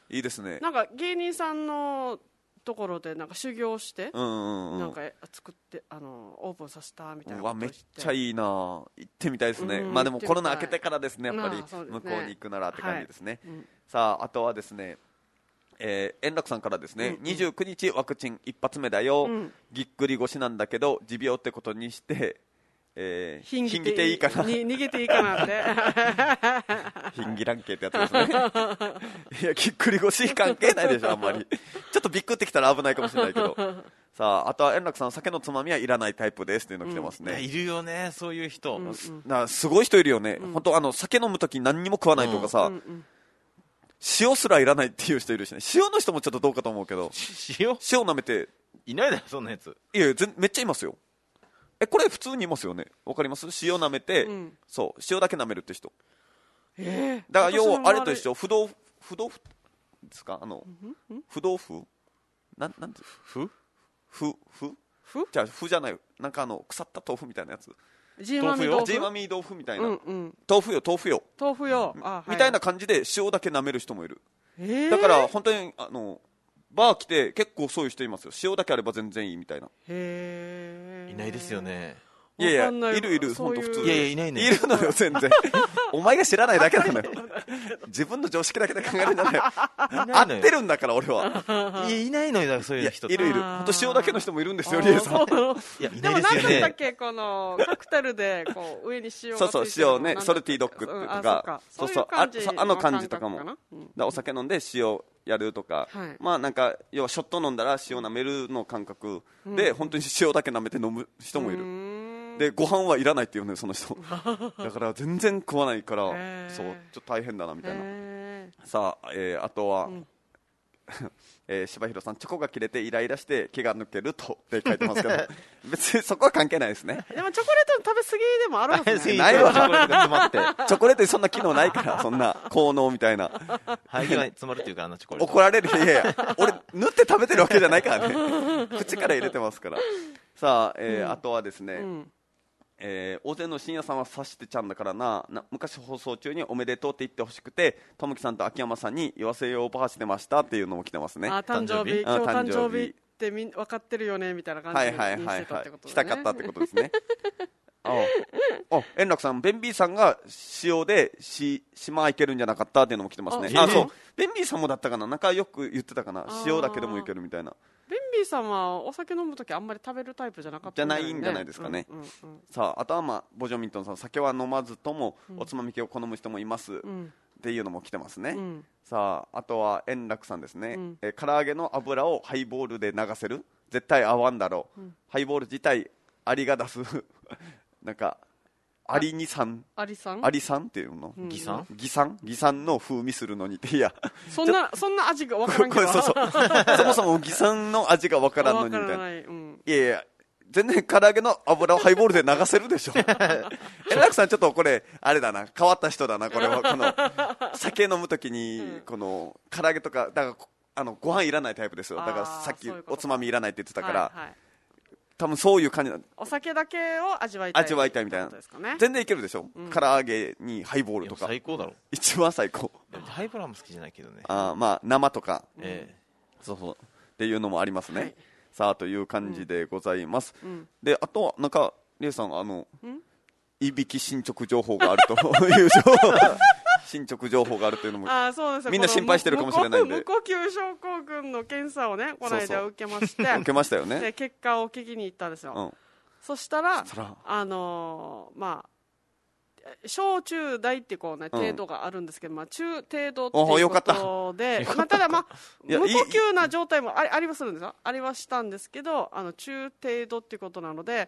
A: いいですね
C: なんか芸人さんのところでなんか修行して、
A: うんうんう
C: なん
A: ん
C: か作ってあのオープンさせたみたいな
A: う
C: こ
A: わ
C: と
A: めっ
C: して
A: ちゃいいな行ってみたいですね、
C: うん
A: まあでもコロナ明けてからですねやっぱ
C: う
A: り
C: んそうです
A: 向
C: ね
A: こうに行くならって感じですね、
C: うん
A: さああとはですね、えー円楽さんからですね、
C: うんうん
A: 29日ワクチン一発目だよ、
C: うん
A: ぎっくり腰なんだけど持病ってことにして、えー、
C: ひんぎ
A: ぎていいかな
C: に逃げていいかなって
A: ひんぎらんけってやつですねいやぎっくり腰関係ないでしょあんまりちょっとびっくってきたら危ないかもしれないけどさああとは円楽さん酒のつまみはいらないタイプですっていうの来てます
B: いやい
A: ね、
B: るよねそういう人、
C: うん
A: なすごい人いるよね、本当あの酒飲む時何にも食わないとかさ、
C: うんうん
A: 塩すらいらないっていう人いるしね塩の人もちょっとどうかと思うけど
B: 塩
A: 塩舐めて
B: いないだろそんなやつ
A: いやいや全めっちゃいますよえこれ普通にいますよねわかります塩舐めて、
C: うん
A: そう塩だけ舐めるって人
C: え
A: だから
C: 私の
A: 要
C: 周り
A: はあれと一緒不動不動ですかあの不動腐なんなんて
B: ふ
A: ふふ
C: ふ
A: じゃあふじゃないなんかあの腐った豆腐みたいなやつ
C: えジーマミ
A: あ
C: 豆
A: ジ
C: 腐
A: ーマミー豆腐みたいな、
C: うんうん
A: 豆腐よ豆腐よ
C: 豆腐よあは
A: みたいな感じで塩だけ舐める人もいる、
C: えー
A: だから本当にあのバー来て結構そういう人いますよ塩だけあれば全然いいみたいな
C: へえ
B: いないですよね
A: いやいや
C: わかんない
A: いるいる
C: そういう
A: ほんと普通
B: いやいやいないね
A: いるのよ全然 お前が知らないだけなのよ自分の常識だけで考え るんじゃないよ合ってるんだから俺はい
B: やいないのよだからそう
A: い
B: いう
A: や
B: 人
A: いるいる
C: あー
A: 本当塩だけの人もいるんですよ
C: あー
A: リエさん
C: そうなの
B: いやい
C: で
B: ない
C: も
B: で
C: な
B: す
C: ん
B: よ
C: だったっ
B: ね
C: けこのカクテルでこう上に塩がついて
A: そう
C: る
A: そう塩ねソルティドッグと
C: うんあ
A: かそ
C: そ
A: うう
C: そ
A: そうう
C: あ
A: あ
C: そういう
A: そう
C: 感じ
A: あの感じとかもだ
C: の感
A: か
C: 覚うん
A: らお酒飲んで塩やるとか
C: はい
A: まあなんか要はショット飲んだら塩舐めるの感覚で本当に塩だけ舐めて飲む人もいうる
C: ーん
A: でご飯はいらないっていうのよその人 だから全然食わないか
C: へ
A: ら
C: ー
A: そうちょっと大変だなみたいな
C: へ
A: さあ、えーあとは、 えー柴弘さん、チョコが切れてイライラして毛が抜けるとって書いてます けど、別にそこは関係ないですね。
C: ーでもチョコレートの食べ過ぎでもあるんですね
A: ないわ
B: チョコレートが詰まって
A: チョコレートにそんな機能ないから、そんな効能みたいな。
B: 肺が詰まるっていうかあのチョコレート
A: 怒られる、いやいや、俺、塗って食べてるわけじゃないからね、口から入れてますから。さあ、えーあとはですね、
C: ん
A: えー大勢の深夜さんは刺してちゃんだからなな昔放送中におめでとうって言ってほしくてともきさんと秋山さんに言わせようばはしてましたっていうのも来てますね
C: あ誕生日
A: 誕生日
C: 今日
A: あ誕生日
C: 誕生日ってみん分かってるよねみたいな感じ
A: はい
C: に
A: はい
C: し
A: はい
C: てたっ
A: は
C: てこと
A: い。
C: だね
A: したかったってことですね。ああ、あ円楽さん、ベンビーさんが塩でし島行けるんじゃなかったっていうのも来てますね。
B: あ
A: あ
B: ええ
A: そう。ベンビーさんもだったかな、なんかよく言ってたかな
C: あ、ー
A: 塩だけでも行けるみたいな。
C: ベンビリーさんはお酒飲む時あんまり食べるタイプじゃなかっただよ
A: じゃないんじゃないですかね
C: うんうん
A: さああとはまあボジョミントンさん酒は飲まずともおつまみ系を好む人もいます、っ
C: うん
A: ていうのも来てますね、
C: うん
A: さああとは円楽さんですね、
C: うん
A: えー唐揚げの油をハイボールで流せる絶対合わんだろう、ハイボール自体アリが出す なんかアリにさん
C: アリさん
A: アリさんっていうの、
C: うん
B: 義さん
A: ギさんギさんの風味するのにっていや
C: そんなそんな味がわからんけ
A: これ
C: ど
A: そうそうそもそもギさんの味がわからんのにみ
C: わ
A: たい
C: から
A: な
C: ないうん
A: いやいや全然唐揚げの油をハイボールで流せる でしょ円楽さんちょっとこれあれだな変わった人だな これはこの酒飲むときにこの唐揚げとかだからこあのご飯いらないタイプですよだから
C: あー
A: さっき
C: そういうこと
A: おつまみいらないって言ってたから、
C: はいはい
A: 多分そういう感じな
C: お酒だけを味わいたい
A: 味わいたいみたいな
C: ってことですかね
A: 全然いけるでしょ、唐揚げにハイボール
B: い
A: と
B: や
A: か
B: 最高だろ
A: 一番最高
B: いやハイブラも好きじゃないけどね
A: あーまあ生とか
B: え
A: そうそうっていうのもありますね、
C: はい
A: さあという感じでございます、
C: ん
A: であとはなんかリエさんあのいびき進捗情報があ るという情報進捗情報があるというのも
C: あーそうですよ
A: みんな
C: この
A: 心配してるかもしれないんで
C: 無呼無呼吸症候群の検査をねこ
A: そ
C: の
A: うそ
C: 間
A: う
C: 受けまし て
A: 受けましたよね
C: で結果を聞きに行ったんですよ、
A: うん
C: そしたら
A: そら
C: あのーまあ小中大ってこうね
A: うん
C: 程度があるんですけど、まあ中程度って
A: おー
C: いう
A: よか
C: こ
A: った
C: とでまあただまあ
A: い
C: 無
A: や
C: 呼
A: いい
C: 吸な状態もありありはするんですよありはしたんですけどあの中程度っていうことなので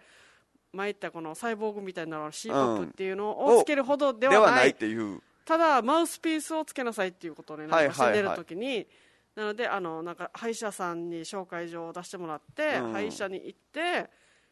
C: 前言ったこのサイボーグみたいになる C ポップっていうの
A: うん
C: をつけるほど
A: で
C: では
A: は
C: な
A: ないいっていう
C: ただマウスピースをつけなさいっていうことにな
A: は
C: り
A: い
C: まして、
A: はい
C: 出
A: は
C: る
A: い
C: ときになのであのなんか歯医者さんに紹介状を出してもらって、
A: うん
C: 歯医者に行って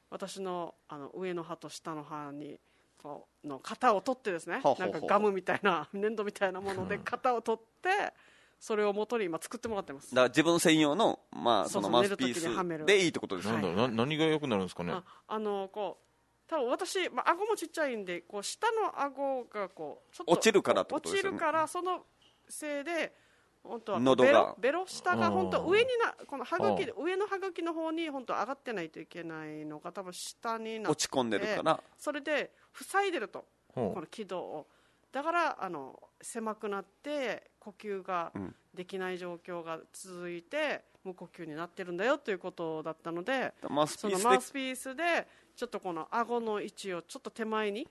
C: 私のあの上の歯と下の歯にこうの型を取ってですね
A: ほうほうほう
C: なんかガムみたいな粘土みたいなもので型を取ってそれを元に今作ってもらってます
A: だから自分専用の,、まあ、
C: そ
A: そうの
C: そう
A: マウスピー
C: 寝る時にはめる
A: スでいいってことで
B: え
A: す
B: な
A: ね
B: んだろうな何が良くなるんですかね
C: ああのこう多分私、まあ顎もちっちゃいんでこう下の顎がこうちょっと
A: 落ちるからってことですよね
C: 落ちるからそのせいで本当は
A: 喉
C: ベ
A: が
C: ロベロ下が本当
B: うん
C: 上になこの歯茎で上の歯茎の方に本当上がってないといけないのが多分下になっ
A: 落ち込んでるから
C: それで塞いでると
B: ほ
C: この軌道をだからあの狭くなって呼吸が
A: うん
C: できない状況が続いて無呼吸になってるんだよということだったので。
A: マウスピ
C: そ
A: ー
C: の
A: ス
C: マ
A: で
C: ウスピースでちょっとこの顎の位置をちょっと手前に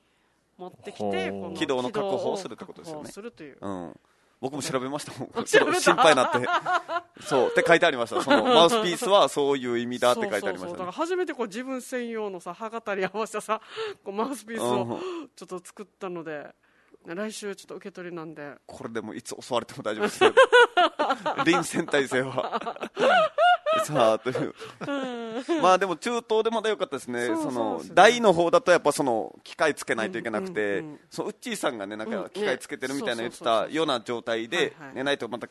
C: 持ってき
B: ほう
C: てこの
A: 軌道の確保を
C: 軌
A: するってことですよね
C: 確保するという
A: うん、僕も調べました もん
C: 調べた
A: 心配になってそうって書いてありましたそ のマウスピースはそういう意味だって書いてありま
C: そうそうそ
A: し
C: う
A: た
C: だか
A: ね
C: ら初めてこう自分専用のさ歯型に合わせたさこうマウスピース
A: うん
C: をちょっと作ったので来週ちょっと受け取りなんで
A: これでもいつ襲われても大丈夫 です臨戦態勢はさあというまあでも中東でまだ良かったですね
C: そうそう
A: そ
C: そう
A: の台の方だとやっぱその機械つけないといけなくて、
C: うんうんうん
A: そのウッチーさんがねなん
C: うん
A: か
C: ね
A: 機械つけてるみたいな言って
C: そうそうそう
A: た
C: そう
A: ような状態で
C: はいはい
A: 寝ないとまた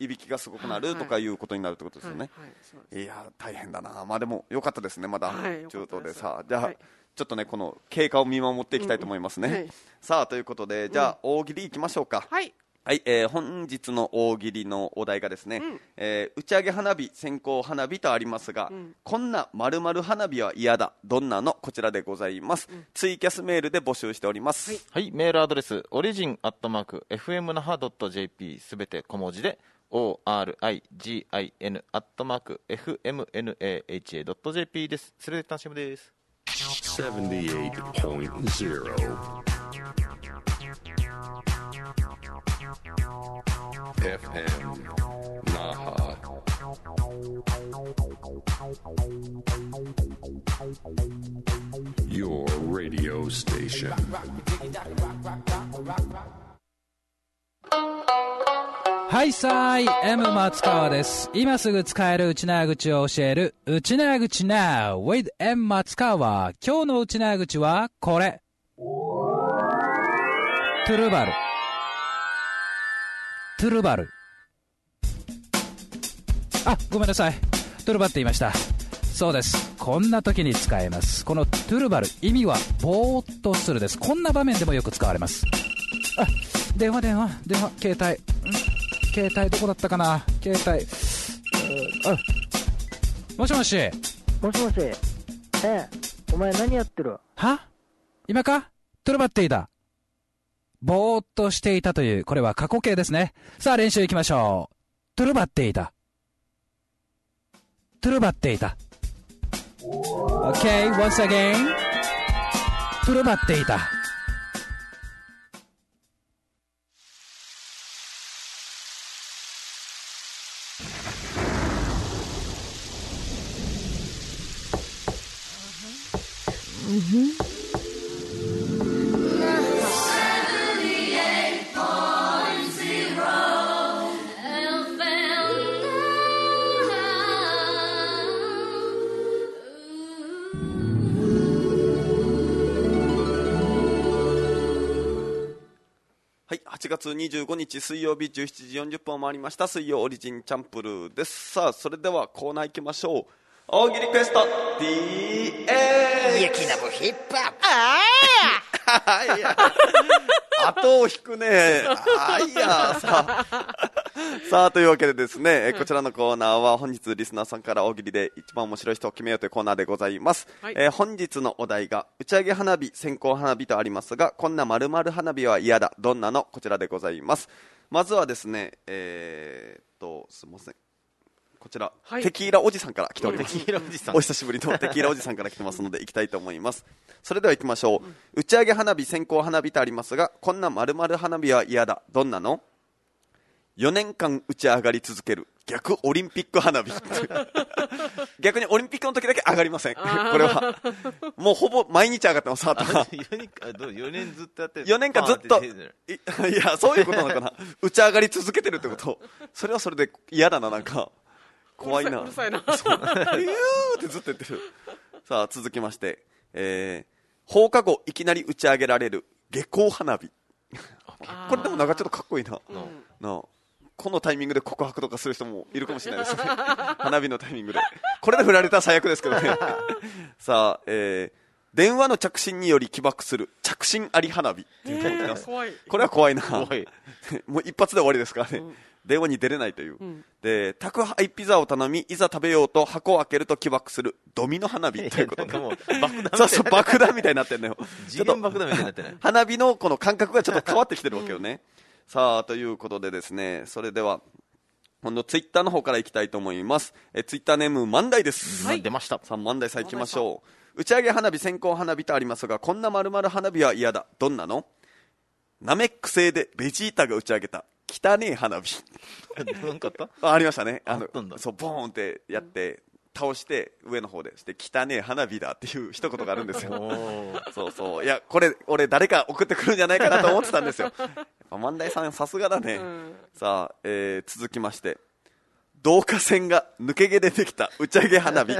A: いびきがすごくなるとかいうことになるってことです
C: は
A: よ
C: い
A: ね、
C: はいそうです
A: いやー大変だな、まあでも良かったですね、まだ、
C: はい
A: 中東でさ
C: 良かったです
A: あ、じゃあ、
C: はい
A: ちょっとね、この経過を見守っていきたいと思いますね。
C: うんうんはい
A: さあということで、じゃあ、大喜利いきましょうか。
C: はい
A: はい、えー本日の大喜利のお題がですね、
C: うん
A: えー打ち上げ花火、線香花火とありますが、
C: うん
A: こんな〇〇花火は嫌だ、どんなのこちらでございます、ツイキャスメールで募集しております。
B: はい、メールアドレス、オリジンアットマーク、fmnaha.jp、すべて小文字で、origin アットマーク、fmnaha.jp です。それで楽しみです。
D: 78.0 FM Naha Your radio station
F: はいさーい M 松川です今すぐ使える内縄口を教える内縄口 Now with M 松川今日の内縄口はこれトゥルバルトゥルバルあごめんなさいトゥルバって言いましたそうですこんな時に使えますこのトゥルバル意味はぼーっとするですこんな場面でもよく使われますあ電話電話電話携帯ん携帯どこだったかな携帯うーあもしもし
G: もしもし。ええ、お前何やってる
F: は今かトゥルバッティだぼーっとしていたというこれは過去形ですねさあ練習いきましょうトゥルバッティだトゥルバっていた Okay, once again トゥルバっていた
A: はい、8月25日水曜日17時40分を回りました水曜オリジンチャンプルーですさあそれではコーナー行きましょう大喜利クエスト DX
H: 雪のヒップアップ
A: はいや後を引くねあいやさあさあというわけでですね、えこちらのコーナーは本日リスナーさんから大喜利で一番面白い人を決めようというコーナーでございます、
C: はい
A: えー本日のお題が打ち上げ花火線香花火とありますがこんな〇〇花火は嫌だどんなのこちらでございますまずはですねえー、っとすいませんこちら、
C: はい
A: テキーラおじさんから来ております
B: テキーラおじさん
A: お久しぶりのテキーラおじさんから来てますので行きたいと思いますそれでは行きましょう、打ち上げ花火線香花火とありますがこんな〇〇花火は嫌だどんなの4年間打ち上がり続ける逆オリンピック 花火逆にオリンピックの時だけ上がりませんこれはもうほぼ毎日上がってます頭
B: 4年ずっとやってる
A: 4年間ずっ といいやそういうことなのかな打ち上がり続けてるってことそれはそれで嫌だななんか怖いな
C: うるさいな
A: うーってずっと言ってるさあ続きまして、えー放課後いきなり打ち上げられる下校花火 これでもなんかちょっとかっこいいな,、なあこのタイミングで告白とかする人もいるかもしれないですね 花火のタイミングでこれで振られたら最悪ですけ どねさあ、えー電話の着信により起爆する着信あり花火っていうことでございます
C: 怖い
A: これは怖いな
B: 怖い
A: もう一発で終わりですからね、電話に出れないという、で宅配ピザを頼みいざ食べようと箱を開けると起爆するドミノ花火ということ
B: なんかもう
A: で
B: 爆弾みたいな
A: そうそう爆弾みたいになってん のよ
B: 次元爆弾みたいになってない
A: 花火のこの感覚がちょっと変わってきてるわけよね、さあということでですねそれでは今度ツイッターの方からいきたいと思いますえツイッターネーム万代です、
B: はい出ました
A: さあ万代さんいきましょう打ち上げ花火線香花火とありますがこんな丸々花火は嫌だどんなのナメック星でベジータが打ち上げた汚ねえ花火
B: なんかあった
A: あありましたねあ
B: あったんだ
A: そうボーンってやって倒して上の方でして汚ねえ花火だっていう一言があるんですよ そうそういやこれ俺誰か送ってくるんじゃないかなと思ってたんですよやっぱ万代さんさすがだね、さあ、えー続きまして導火線が抜け毛でできた打ち上げ花火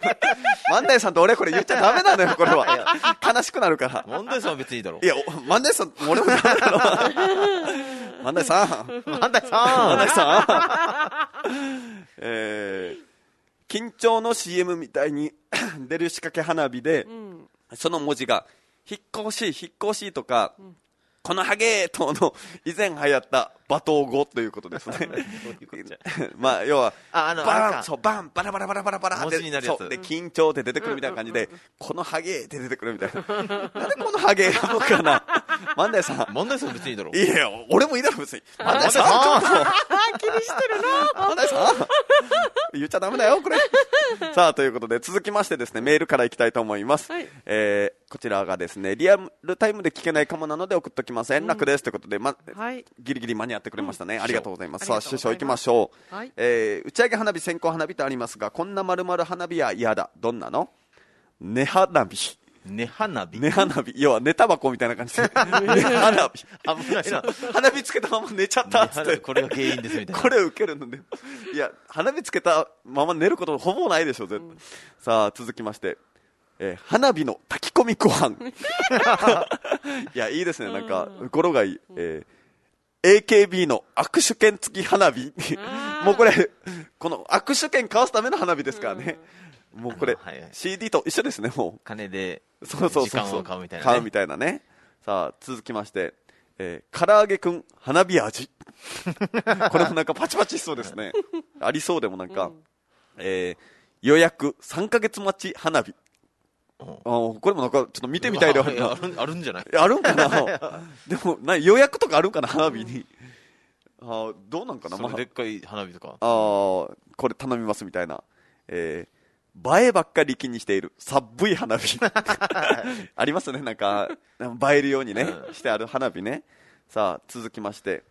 A: 万代さんと俺これ言っちゃダメなのよこれは悲しくなるから
B: 問題さんは別にいいだろ
A: いやお万代さん俺もダメだろ万代さん
B: 問題さん
A: 足立さん、 えー緊張の CM みたいに出る仕掛け花火で、その文字が「引っ越し引っ越し」とか、このハゲーとの以前流行った罵倒語ということです ね。まあ要は
B: ああのあれ
A: バン
B: か
A: そうバンバラバラバラバラバラっ
B: 文
A: て
B: 字になるやつ
A: そうで緊張って出てくるみたいな感じでこのハゲーって出てくるみたいななんでこのハゲーなのか な万代さん
B: 問題さんは別にいいだろ
A: いや俺もいいだろ別に万代
B: 問題
A: さん
B: さん
A: ちょっと
C: あ気にしてるな
A: あなさん 言っちゃダメだよ、こ れ。さあ、ということで、続きましてですね、メールからいきたいと思います。
C: はい
A: えーこちらがですね、リアルタイムで聞けないかもなので送っときます。円楽です。ということで、ま、
C: はい
A: ギリギリ間に合ってくれましたね。ありがとうございます。
C: あり
A: さあ、
C: がとう
A: 師
C: ござ
A: 匠
C: います
A: 行きましょう。
C: はい
A: えー打ち上げ花火、線香花火とありますが、こんな丸々花火は嫌だ。どんなの根花火。
B: ね花火
A: 根花火。要は、寝タバコみたいな 感じで。根花火。
B: 危ないな
A: 花火つけたまま寝ちゃったっつって。
B: これが原因ですみたいな
A: これ受けるので、いや、花火つけたまま寝ることほぼないでしょ、絶対。さあ、続きまして、えー花火の炊き込みご 飯いや、いいですね、なんか、語呂がいい。えー AKB の握手券付き花火もうこれ、この握手券交わすための花火ですからね。もうこれ
B: あのはいはい、
A: CD と一緒ですね、もう。
B: 金で
A: そうそうそう
B: 時間を買うみたいな、ね、
A: 買うみたいなねさあ続きまして、えー、唐揚げくん花火 味これもなんかパチパチしそうですねありそうでもなんか、えー予約3ヶ月待ち花火あーこれもなんかちょっと見てみたいではある
B: うわ
A: な
B: あるあるんじゃない
A: いやあるんか なでもな予約とかあるんかな花火にあーどうなんかな
B: そ
A: ま
B: れ
A: あ
B: でっかい花火とか
A: あーこれ頼みますみたいなえー映えばっかり気にしている寒い花火ありますねなんか映えるようにねしてある花火ねさあ続きまして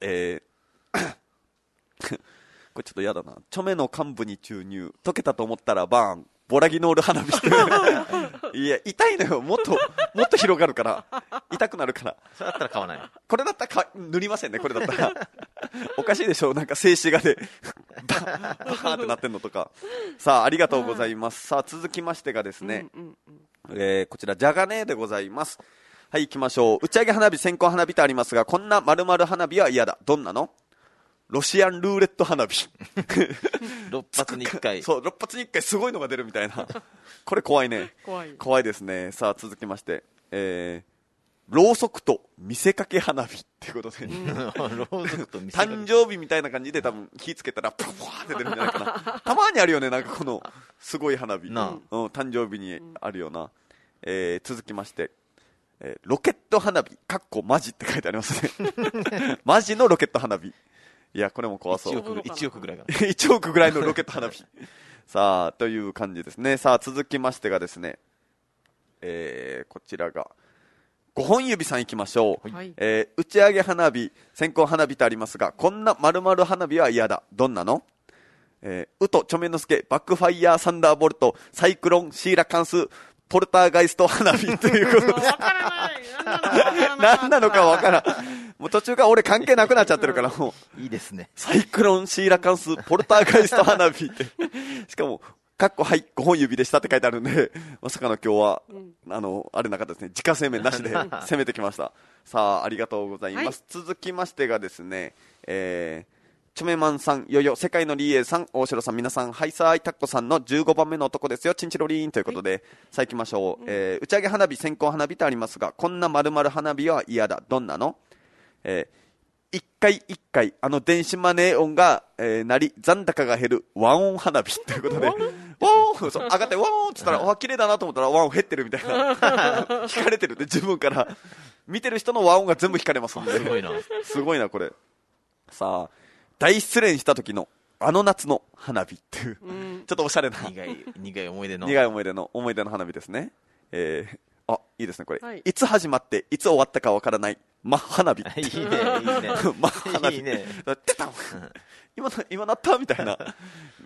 A: え ーこれちょっと嫌だなチョメの幹部に注入溶けたと思ったらバーンボラギノール花火いや痛いのよもっともっと広がるから痛くなるから
B: それだったら買わ ない
A: これだったらか塗りませんね、これだったら。 おかしいでしょ、なんか静止画で、 バーバーってなってんのとか。さあ、ありがとうございます。さあ、続きましてがですね、えーこちら、じゃがねーでございます。はい、行きましょう。打ち上げ花火、線香花火とありますが、こんな〇〇花火は嫌だ。どんなのロシアンルーレット花火。
B: 6発に1回
A: そう、6発に1回すごいのが出るみたいな。これ怖いね。
C: 怖い
A: 怖いですね。さあ、続きまして、えー、ろうそくと見せかけ花火ってことで、
B: ろうそくと見せかけ
A: 誕生日みたいな感じで多分火つけたらプワーって出るんじゃないかなたまにあるよねなんかこのすごい花火
B: な
A: うん、誕生日にあるような、えー続きまして、えーロケット花火かっこマジって書いてありますねマジのロケット花火いやこれも怖そう
B: 1億一億ぐらいかな
A: 1億ぐらいのロケット花火。 さあ、という感じですね。さあ、続きましてがですね、えーこちらが、5本指さんいきましょう、
C: はい
A: えー打ち上げ花火、線香花火とありますが、こんな丸々花火は嫌だ。どんなのえー、ウト、チョメノスケ、バックファイヤー、サンダーボルト、サイクロン、シーラカンス、ポルターガイスト花火 ということで
C: わからない
A: 何
C: 何
A: な
C: な
A: の
C: の
A: か
C: か
A: わ
C: わ
A: か
C: から
A: ん。もう途中から俺関係なくなっちゃってるから、もう。
B: いいですね
A: サイクロンシーラカンスポルターガイスト花火って。 しかも、かっこはい、5本指でしたって書いてあるんで、 まさかの今日は、あの、あれなかったですね、自家製麺なしで 攻めてきました。さあ、ありがとうございます。続きましてがですね、えー、チョメマンさん、よよ、世界のリーエさん、大城さん、皆さん、ハイサーイタッコさんの15番目の男ですよ、チンチロリーンということで、さあ行きましょう、えー打ち上げ花火、線香花火とありますが、こんな丸々花火は嫌だ。どんなのえー一回一回、あの電子マネー音が、えー、鳴り、残高が減る、ワンオン花火ということで、ワンオンそう上がって、ワンオンって言ったら、わ、綺麗だなと思ったら、ワンオン減ってるみたいな。引かれてるって、自分から。見てる人のワンオンが全部引かれますんで。
B: すごいな
A: すごいな、これ。さあ、大失恋した時の、あの夏の花火っていう、ちょっとおしゃれな、
B: 苦い苦い思い出の
A: 苦い思い出の、思い出の花火ですね。えー、あ、いいですね、これ。
C: はい
A: い、つ始まって、いつ終わったかわからない、真花火。
B: いい ねいいね
A: 真花火。
B: いいね
A: だってた今な、今なったみ たいな。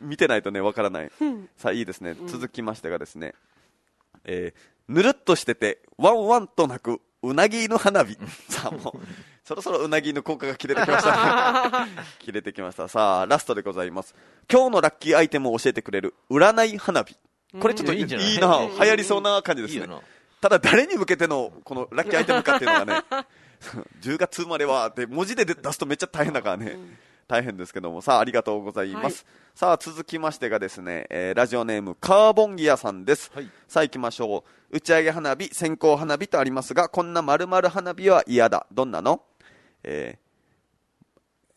A: 見てないとね、わからない。さあ、いいですね。続きましてがですね、えー、ぬるっとしてて、ワンワンと鳴く、うなぎの花火。さあ、もう、そろそろうなぎの効果が切れてきました、 ね。切れてきました。さあ、ラストでございます。今日のラッキーアイテムを教えてくれる、占い花火。これちょっと
B: う
A: い
B: んい
A: い
B: いんじゃない
A: な、流行りそうな感じです
B: いい
A: ね
B: よ。な
A: ただ、誰に向けての、このラッキーアイテムかっていうのがね、10月生まれはって文字で出すとめっちゃ大変だからね。大変ですけども、さあ、ありがとうございます。さあ、続きましてがですね、えーラジオネーム、カーボンギアさんです。
B: はい
A: さあ、行きましょう。打ち上げ花火、線香花火とありますが、こんな丸々花火は嫌だ。どんなのえ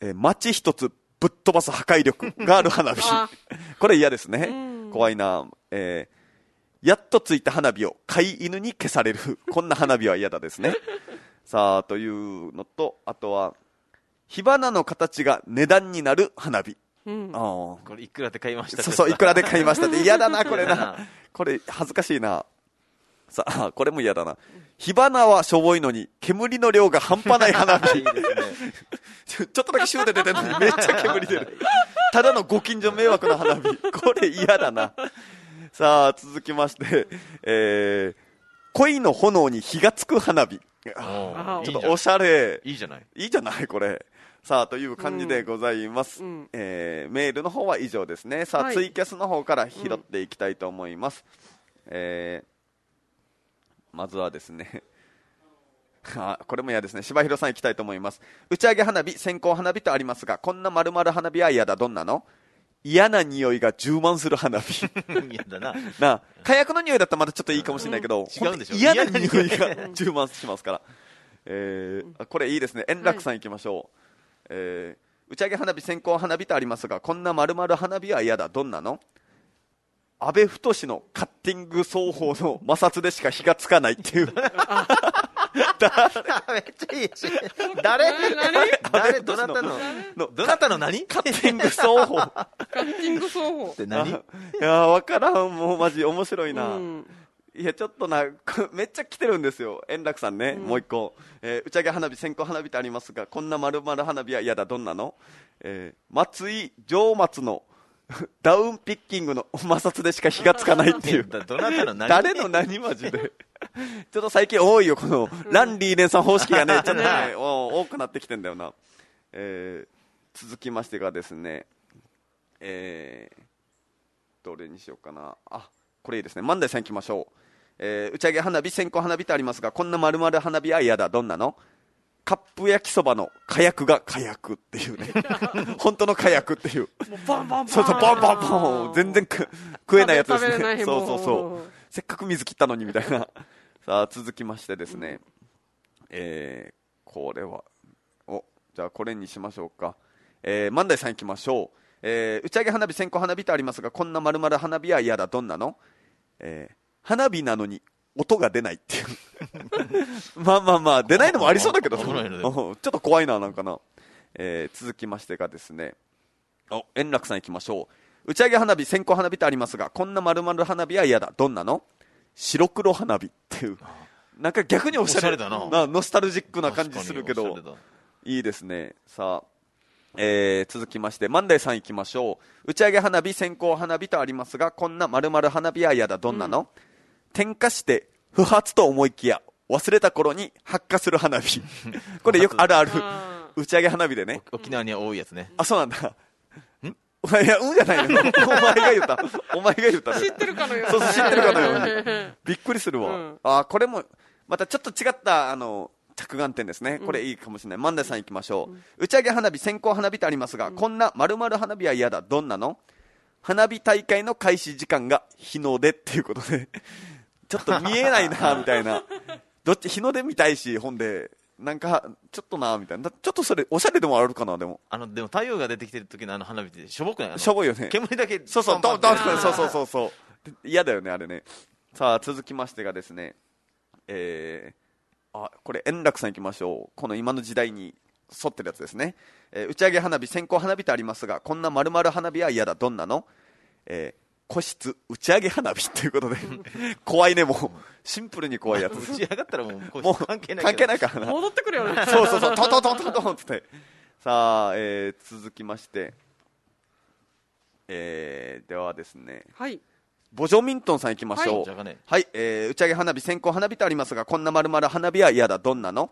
A: ーえー街一つぶっ飛ばす破壊力がある花火。 これ嫌ですね。怖いな。えーやっとついた花火を飼い犬に消される。 こんな花火は嫌だですね。さあ、というのと、あとは、火花の形が値段になる花火。あー
B: これいくらで買いまし た
A: そうそう、いくらで買いま したって嫌だな、これ
B: 嫌だ
A: な
B: な。
A: これ、恥ずかしいな。さあ、 これも嫌だな。火花はしょぼいのに、煙の量が半端ない花火。
B: いいですね
A: ち ょちょっとだけシューで出てるのにめっちゃ煙出 る。ただのご近所迷惑の花火。これ嫌だな。さあ、続きまして、えー、恋の炎に火がつく花火。あ
B: お
C: あ
B: ー
A: ちょっとおしゃれ。
B: いい じゃない
A: いいじゃないこれ。さあ、という感じでございます。
C: うんうん
A: えーメールの方は以上ですね。さあ、
C: はい
A: ツイキャスの方から拾っていきたいと思います。えーまずはですね。 あこれも嫌ですね。柴弘さん行きたいと思います。打ち上げ花火、線香花火とありますが、こんな丸々花火は嫌だ。どんなの嫌な匂いが充満する花火。
B: 嫌だな
A: なあ、火薬の匂いだったらまだちょっといいかもしれないけど、
B: うん違うんでしょ
A: 本当に嫌な匂いが充満しますから。えーあこれいいですね。円楽さん行きましょう。えー打ち上げ花火、線香花火とありますが、こんな丸々花火は嫌だ。どんなの安 倍太のカッティング奏法の摩擦でしか火がつかないっていう。
B: めっちゃいいし誰
C: 何
B: 誰どなたの
A: の
B: どなたの何
A: カッティング奏法っ
C: カッティング奏法
B: て何
A: いや分からんもうマジ面白いな、
C: うん
A: いやちょっとなこ めっちゃ来てるんですよ円楽さんね、もう一個、えー打ち上げ花火線香花火ってありますがこんな丸々花火は嫌だどんなの、えー松井上松の ダウンピッキングの摩擦でしか火がつかないっていう
B: だどなたの何
A: 誰の何マジで ちょっと最近多いよこのランリー連鎖方式が ねちょっとね
C: ね
A: お多くなってきてんだよな、えー続きましてがですねえーどれにしようかなあこれいいですね万代さんいきましょう、えー打ち上げ花火線香花火ってありますがこんな丸々花火は嫌だどんなのカップ焼きそばの火薬が火薬っていう ね本当の火薬っていう
C: もうバンバンバン
A: そうそう、ボンボンボン全然く食えないやつです
C: 食べれな
A: ね。
C: い
A: そ
C: も
A: うんそうそう。せっかく水切ったのにみたいな。さあ、続きましてですね。えー、これは。お、じゃあこれにしましょうか。えー、万代さん行きましょう。えー打ち上げ花火、線香花火とありますが、こんな丸々花火は嫌だ。どんなのえー花火なのに音が出ないっていう。まあまあまあ、出ないのもありそうだけど、
B: あ
A: うん
B: 危ない
A: ち
B: ね
A: ょっと怖いな、なんかな。えー続きましてがですね、お円楽さん行きましょう。打ち上げ花火、線香花火ってありますが、こんな丸々花火は嫌だ。どんなの白黒花火っていう。なんか逆におしゃれ
B: おしゃれだな
A: ノスタルジックな感じするけど。いいですね。さあ、えー続きまして、マンデーさん行きましょう。打ち上げ花火、線香花火とありますが、こんな丸々花火は嫌だ。どんなの、点火して、不発と思いきや、忘れた頃に発火する花 火。これよくあるある。
C: あ
A: 打ち上げ花火でね。
B: 沖縄には多いやつね
A: あ、そうなんだ。 んいや、うんじゃないよ。お前が言った。お前が言った、ね。
C: 知ってるかのよう
A: そう
C: に
A: そう知ってるかのようにびっくりするわ、
C: うん
A: あーこれもまたちょっと違ったあの着眼点ですねこれいいかもしれない、マンダさん行きましょう、打ち上げ花火線香花火とありますが、こんな丸々花火は嫌だどんなの花火大会の開始時間が日の出っていうことでちょっと見えないなみたいなどっち日の出見たいし本でなんかちょっとなみたいなちょっとそれおしゃれでもあるかなでも
B: あのでも太陽が出てきてる時のあの花火ってしょぼくないあの
A: しょぼいよね
B: 煙だけ
A: そうそう、
B: パ
A: ド
B: ン
A: ンド
B: パン
A: ン
B: って
A: そうそうそうそう。で嫌だよね、あれね。さあ、続きましてがですね、えー、あ、これ、円楽さん行きましょう。この今の時代に沿ってるやつですね。えー打ち上げ花火、線香花火とありますが、こんな丸々花火は嫌だ。どんなのえー、個室打ち上げ花火という ことで、怖いね、もう。シンプルに怖いやつ。
B: 打ち上がったら もうこう
A: もう、
B: 関係ない
A: 関係
B: い
A: ないからな。
C: 戻ってくるよね
A: そうそうそう、トントントントントンっつって。さあ、えー続きまして、えーではですね、
C: はい
A: ボジョミントンさん行きましょう。
B: じゃがね
A: はい、えー打ち上げ花火、線香花火とありますが、こんな丸々花火は嫌だ。どんなの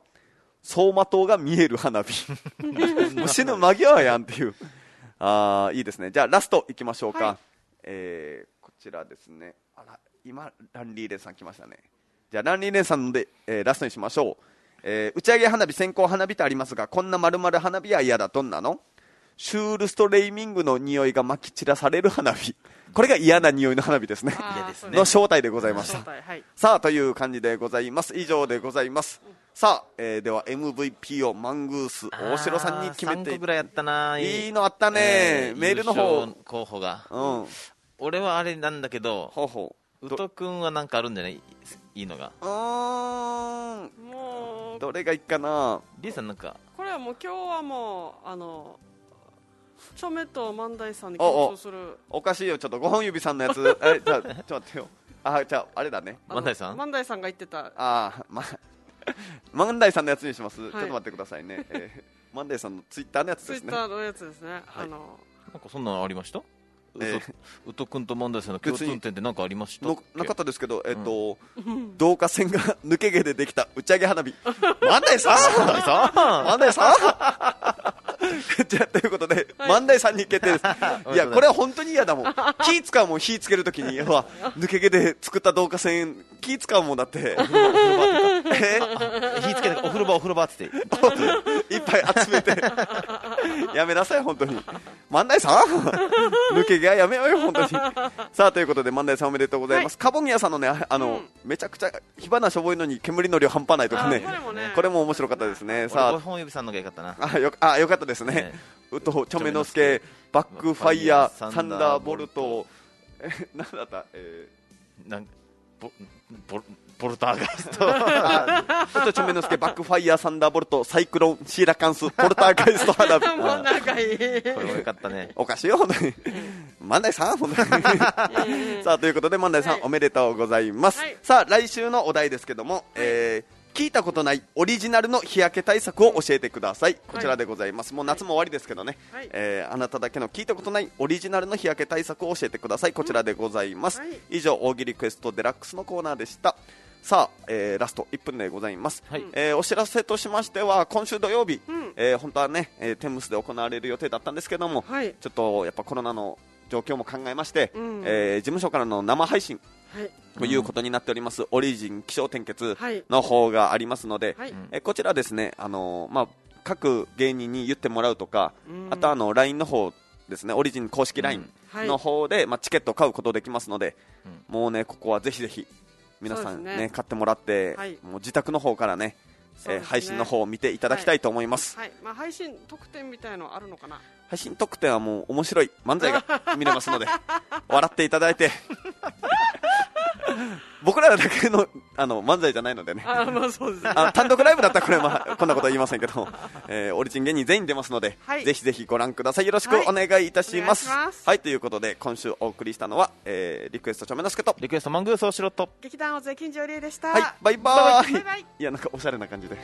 A: 走馬灯が見える花火。もう死ぬ間際やんっていう。あーいいですね。じゃあ、ラスト行きましょうか。
C: はい
A: えーこちらですね。あら、今、ランリーレンさん来ましたね。じゃあ、ランリーレンさんので、えーラストにしましょう。えー打ち上げ花火、線香花火とありますが、こんな丸々花火は嫌だ。どんなのシュールストレイミングの匂いがまき散らされる花火。これが嫌な匂いの花火ですね。
C: あー
B: 嫌ですね
A: の正体でございまし
C: 正
A: た。
C: 体はい
A: さあ、という感じでございます。以上でございます。さあ、えーでは MVP をマングース大城さんに決め
B: 3
A: て
B: 個ぐらいやったない
A: いい
B: の
A: のあったね、メールの方。うん。
B: 候補が
A: ほ
B: 俺はあれなんだけど
A: うほう。
B: 宇
A: ど
B: 都君はなんかあるんじゃないいいのが
A: うーん。
C: もう
A: どれがいいかな
B: リエさんなんか
C: これはもう今日はもうあのチョメと万代さんに競争する
A: おかしいよ、ちょっと5本指さんのや つ。え、じゃあ、ちょっと待ってよ。あ、じゃあ、あれだね。
C: あの
B: 万代さん
C: 万代さんが言ってた
A: ああ、ま、万代さんのやつにします。
C: い
A: ちょっと待ってくださいね。えー、万代さんのツイッターのやつ
C: ツ
A: で
C: イ
A: す
C: ッ
A: ね。
C: ターのやつですね、あの
B: なんかそんなのありました宇
A: え
B: 都君と問題さんの共通点ってなんかありましたっ
A: の
B: け
A: なかったですけど、えっと、導火線が 抜け毛でできた打ち上げ花火。万代さん
B: さあ
A: 万代さんじゃあということで、万代さんに決定です。 いや、これは本当に嫌だもん。火使うもん、火つけるときに、うわ抜け毛で作った導火線、火使うもんだ って。え
B: 火つけてお風呂場お風呂場っつって
A: いっぱい集めてやめなさい本当に万代さん 抜け毛はやめようよ本当にさあということで万代さんおめでとうございます、カボニアさんのねああの、めちゃくちゃ火花しょぼいのに煙の量半端ないとかね
C: あこれもね
A: これも面白かったですね
B: さ
A: さ
B: あ本指さんの方が良かったな
A: ああよあよかったですね、
B: ね
A: うとちょめのすけバックファイヤーサン ダーボルトえ何だった、えー
B: なんぼぼポルターガイス ト
A: あちょっとちょめのすけ、バックファイヤー、サンダーボルト、サイクロン、シーラカンス、ポルターガイスト、花火。
C: もう長い。
B: これもよかったね
A: おかしいよ、本当に。万代さん、本当に。 さあ、ということで、万代さん、
C: はい
A: おめでとうございます。
C: はい
A: さあ、来週のお題ですけども、えー聞いたことないオリジナルの日焼け対策を教えてください。こちらでございます。もう夏も終わりですけどね、
C: はい
A: えーあなただけの聞いたことないオリジナルの日焼け対策を教えてください。こちらでございます。
C: はい
A: 以上、大喜利クエストデラックスのコーナーでした。さあ、えーラスト1分でございます、
B: はい
A: えーお知らせとしましては今週土曜日、
C: ん
A: えー本当はね、えーテムスで行われる予定だったんですけども、
C: はい。
A: ちょっとやっぱコロナの状況も考えまして、
C: うん
A: えー事務所からの生配信
C: はい。
A: ということになっております、オリジン気象転結
C: はい
A: の方がありますので、
C: はい。
A: えーこちらですね、あのーまあ、各芸人に言ってもらうとか、
C: うん
A: あとあの LINE の方ですね、オリジン公式 LINE
C: はい
A: の方で、まあ、チケットを買うことできますので、
B: う
A: もうね、ここはぜひぜひ皆さ
C: そ
A: ん、
C: う
A: ね
C: ですね
A: 買ってもらって、
C: はい
A: もう自宅の方からね、
C: そう
A: えー
C: ですね
A: 配信の方を見ていただきたいと思います。
C: はい。まあ、配信特典みたいのあるのかな。
A: 配信特典はもう面白い漫才が見れますので笑っていただいて 僕らだけのあの漫才じゃないのでね
C: あ、まあ、そうですね。
A: あの単独ライブだったらこれ、まあ、こんなことは言いませんけど、えーオリジン芸人全員出ますので、
C: はい
A: ぜひぜひご覧くださいよろしく
C: はい
A: お願いいたします,、
C: お
A: はい
C: 願いします
A: ということで今週お送りしたのは、えーリクエストちょめのすけと
B: リクエストマングースをしろと
C: 劇団大勢金城理恵でした。
A: はいバイバーイ
C: バイバイ
A: いやなんかおしゃれな感じで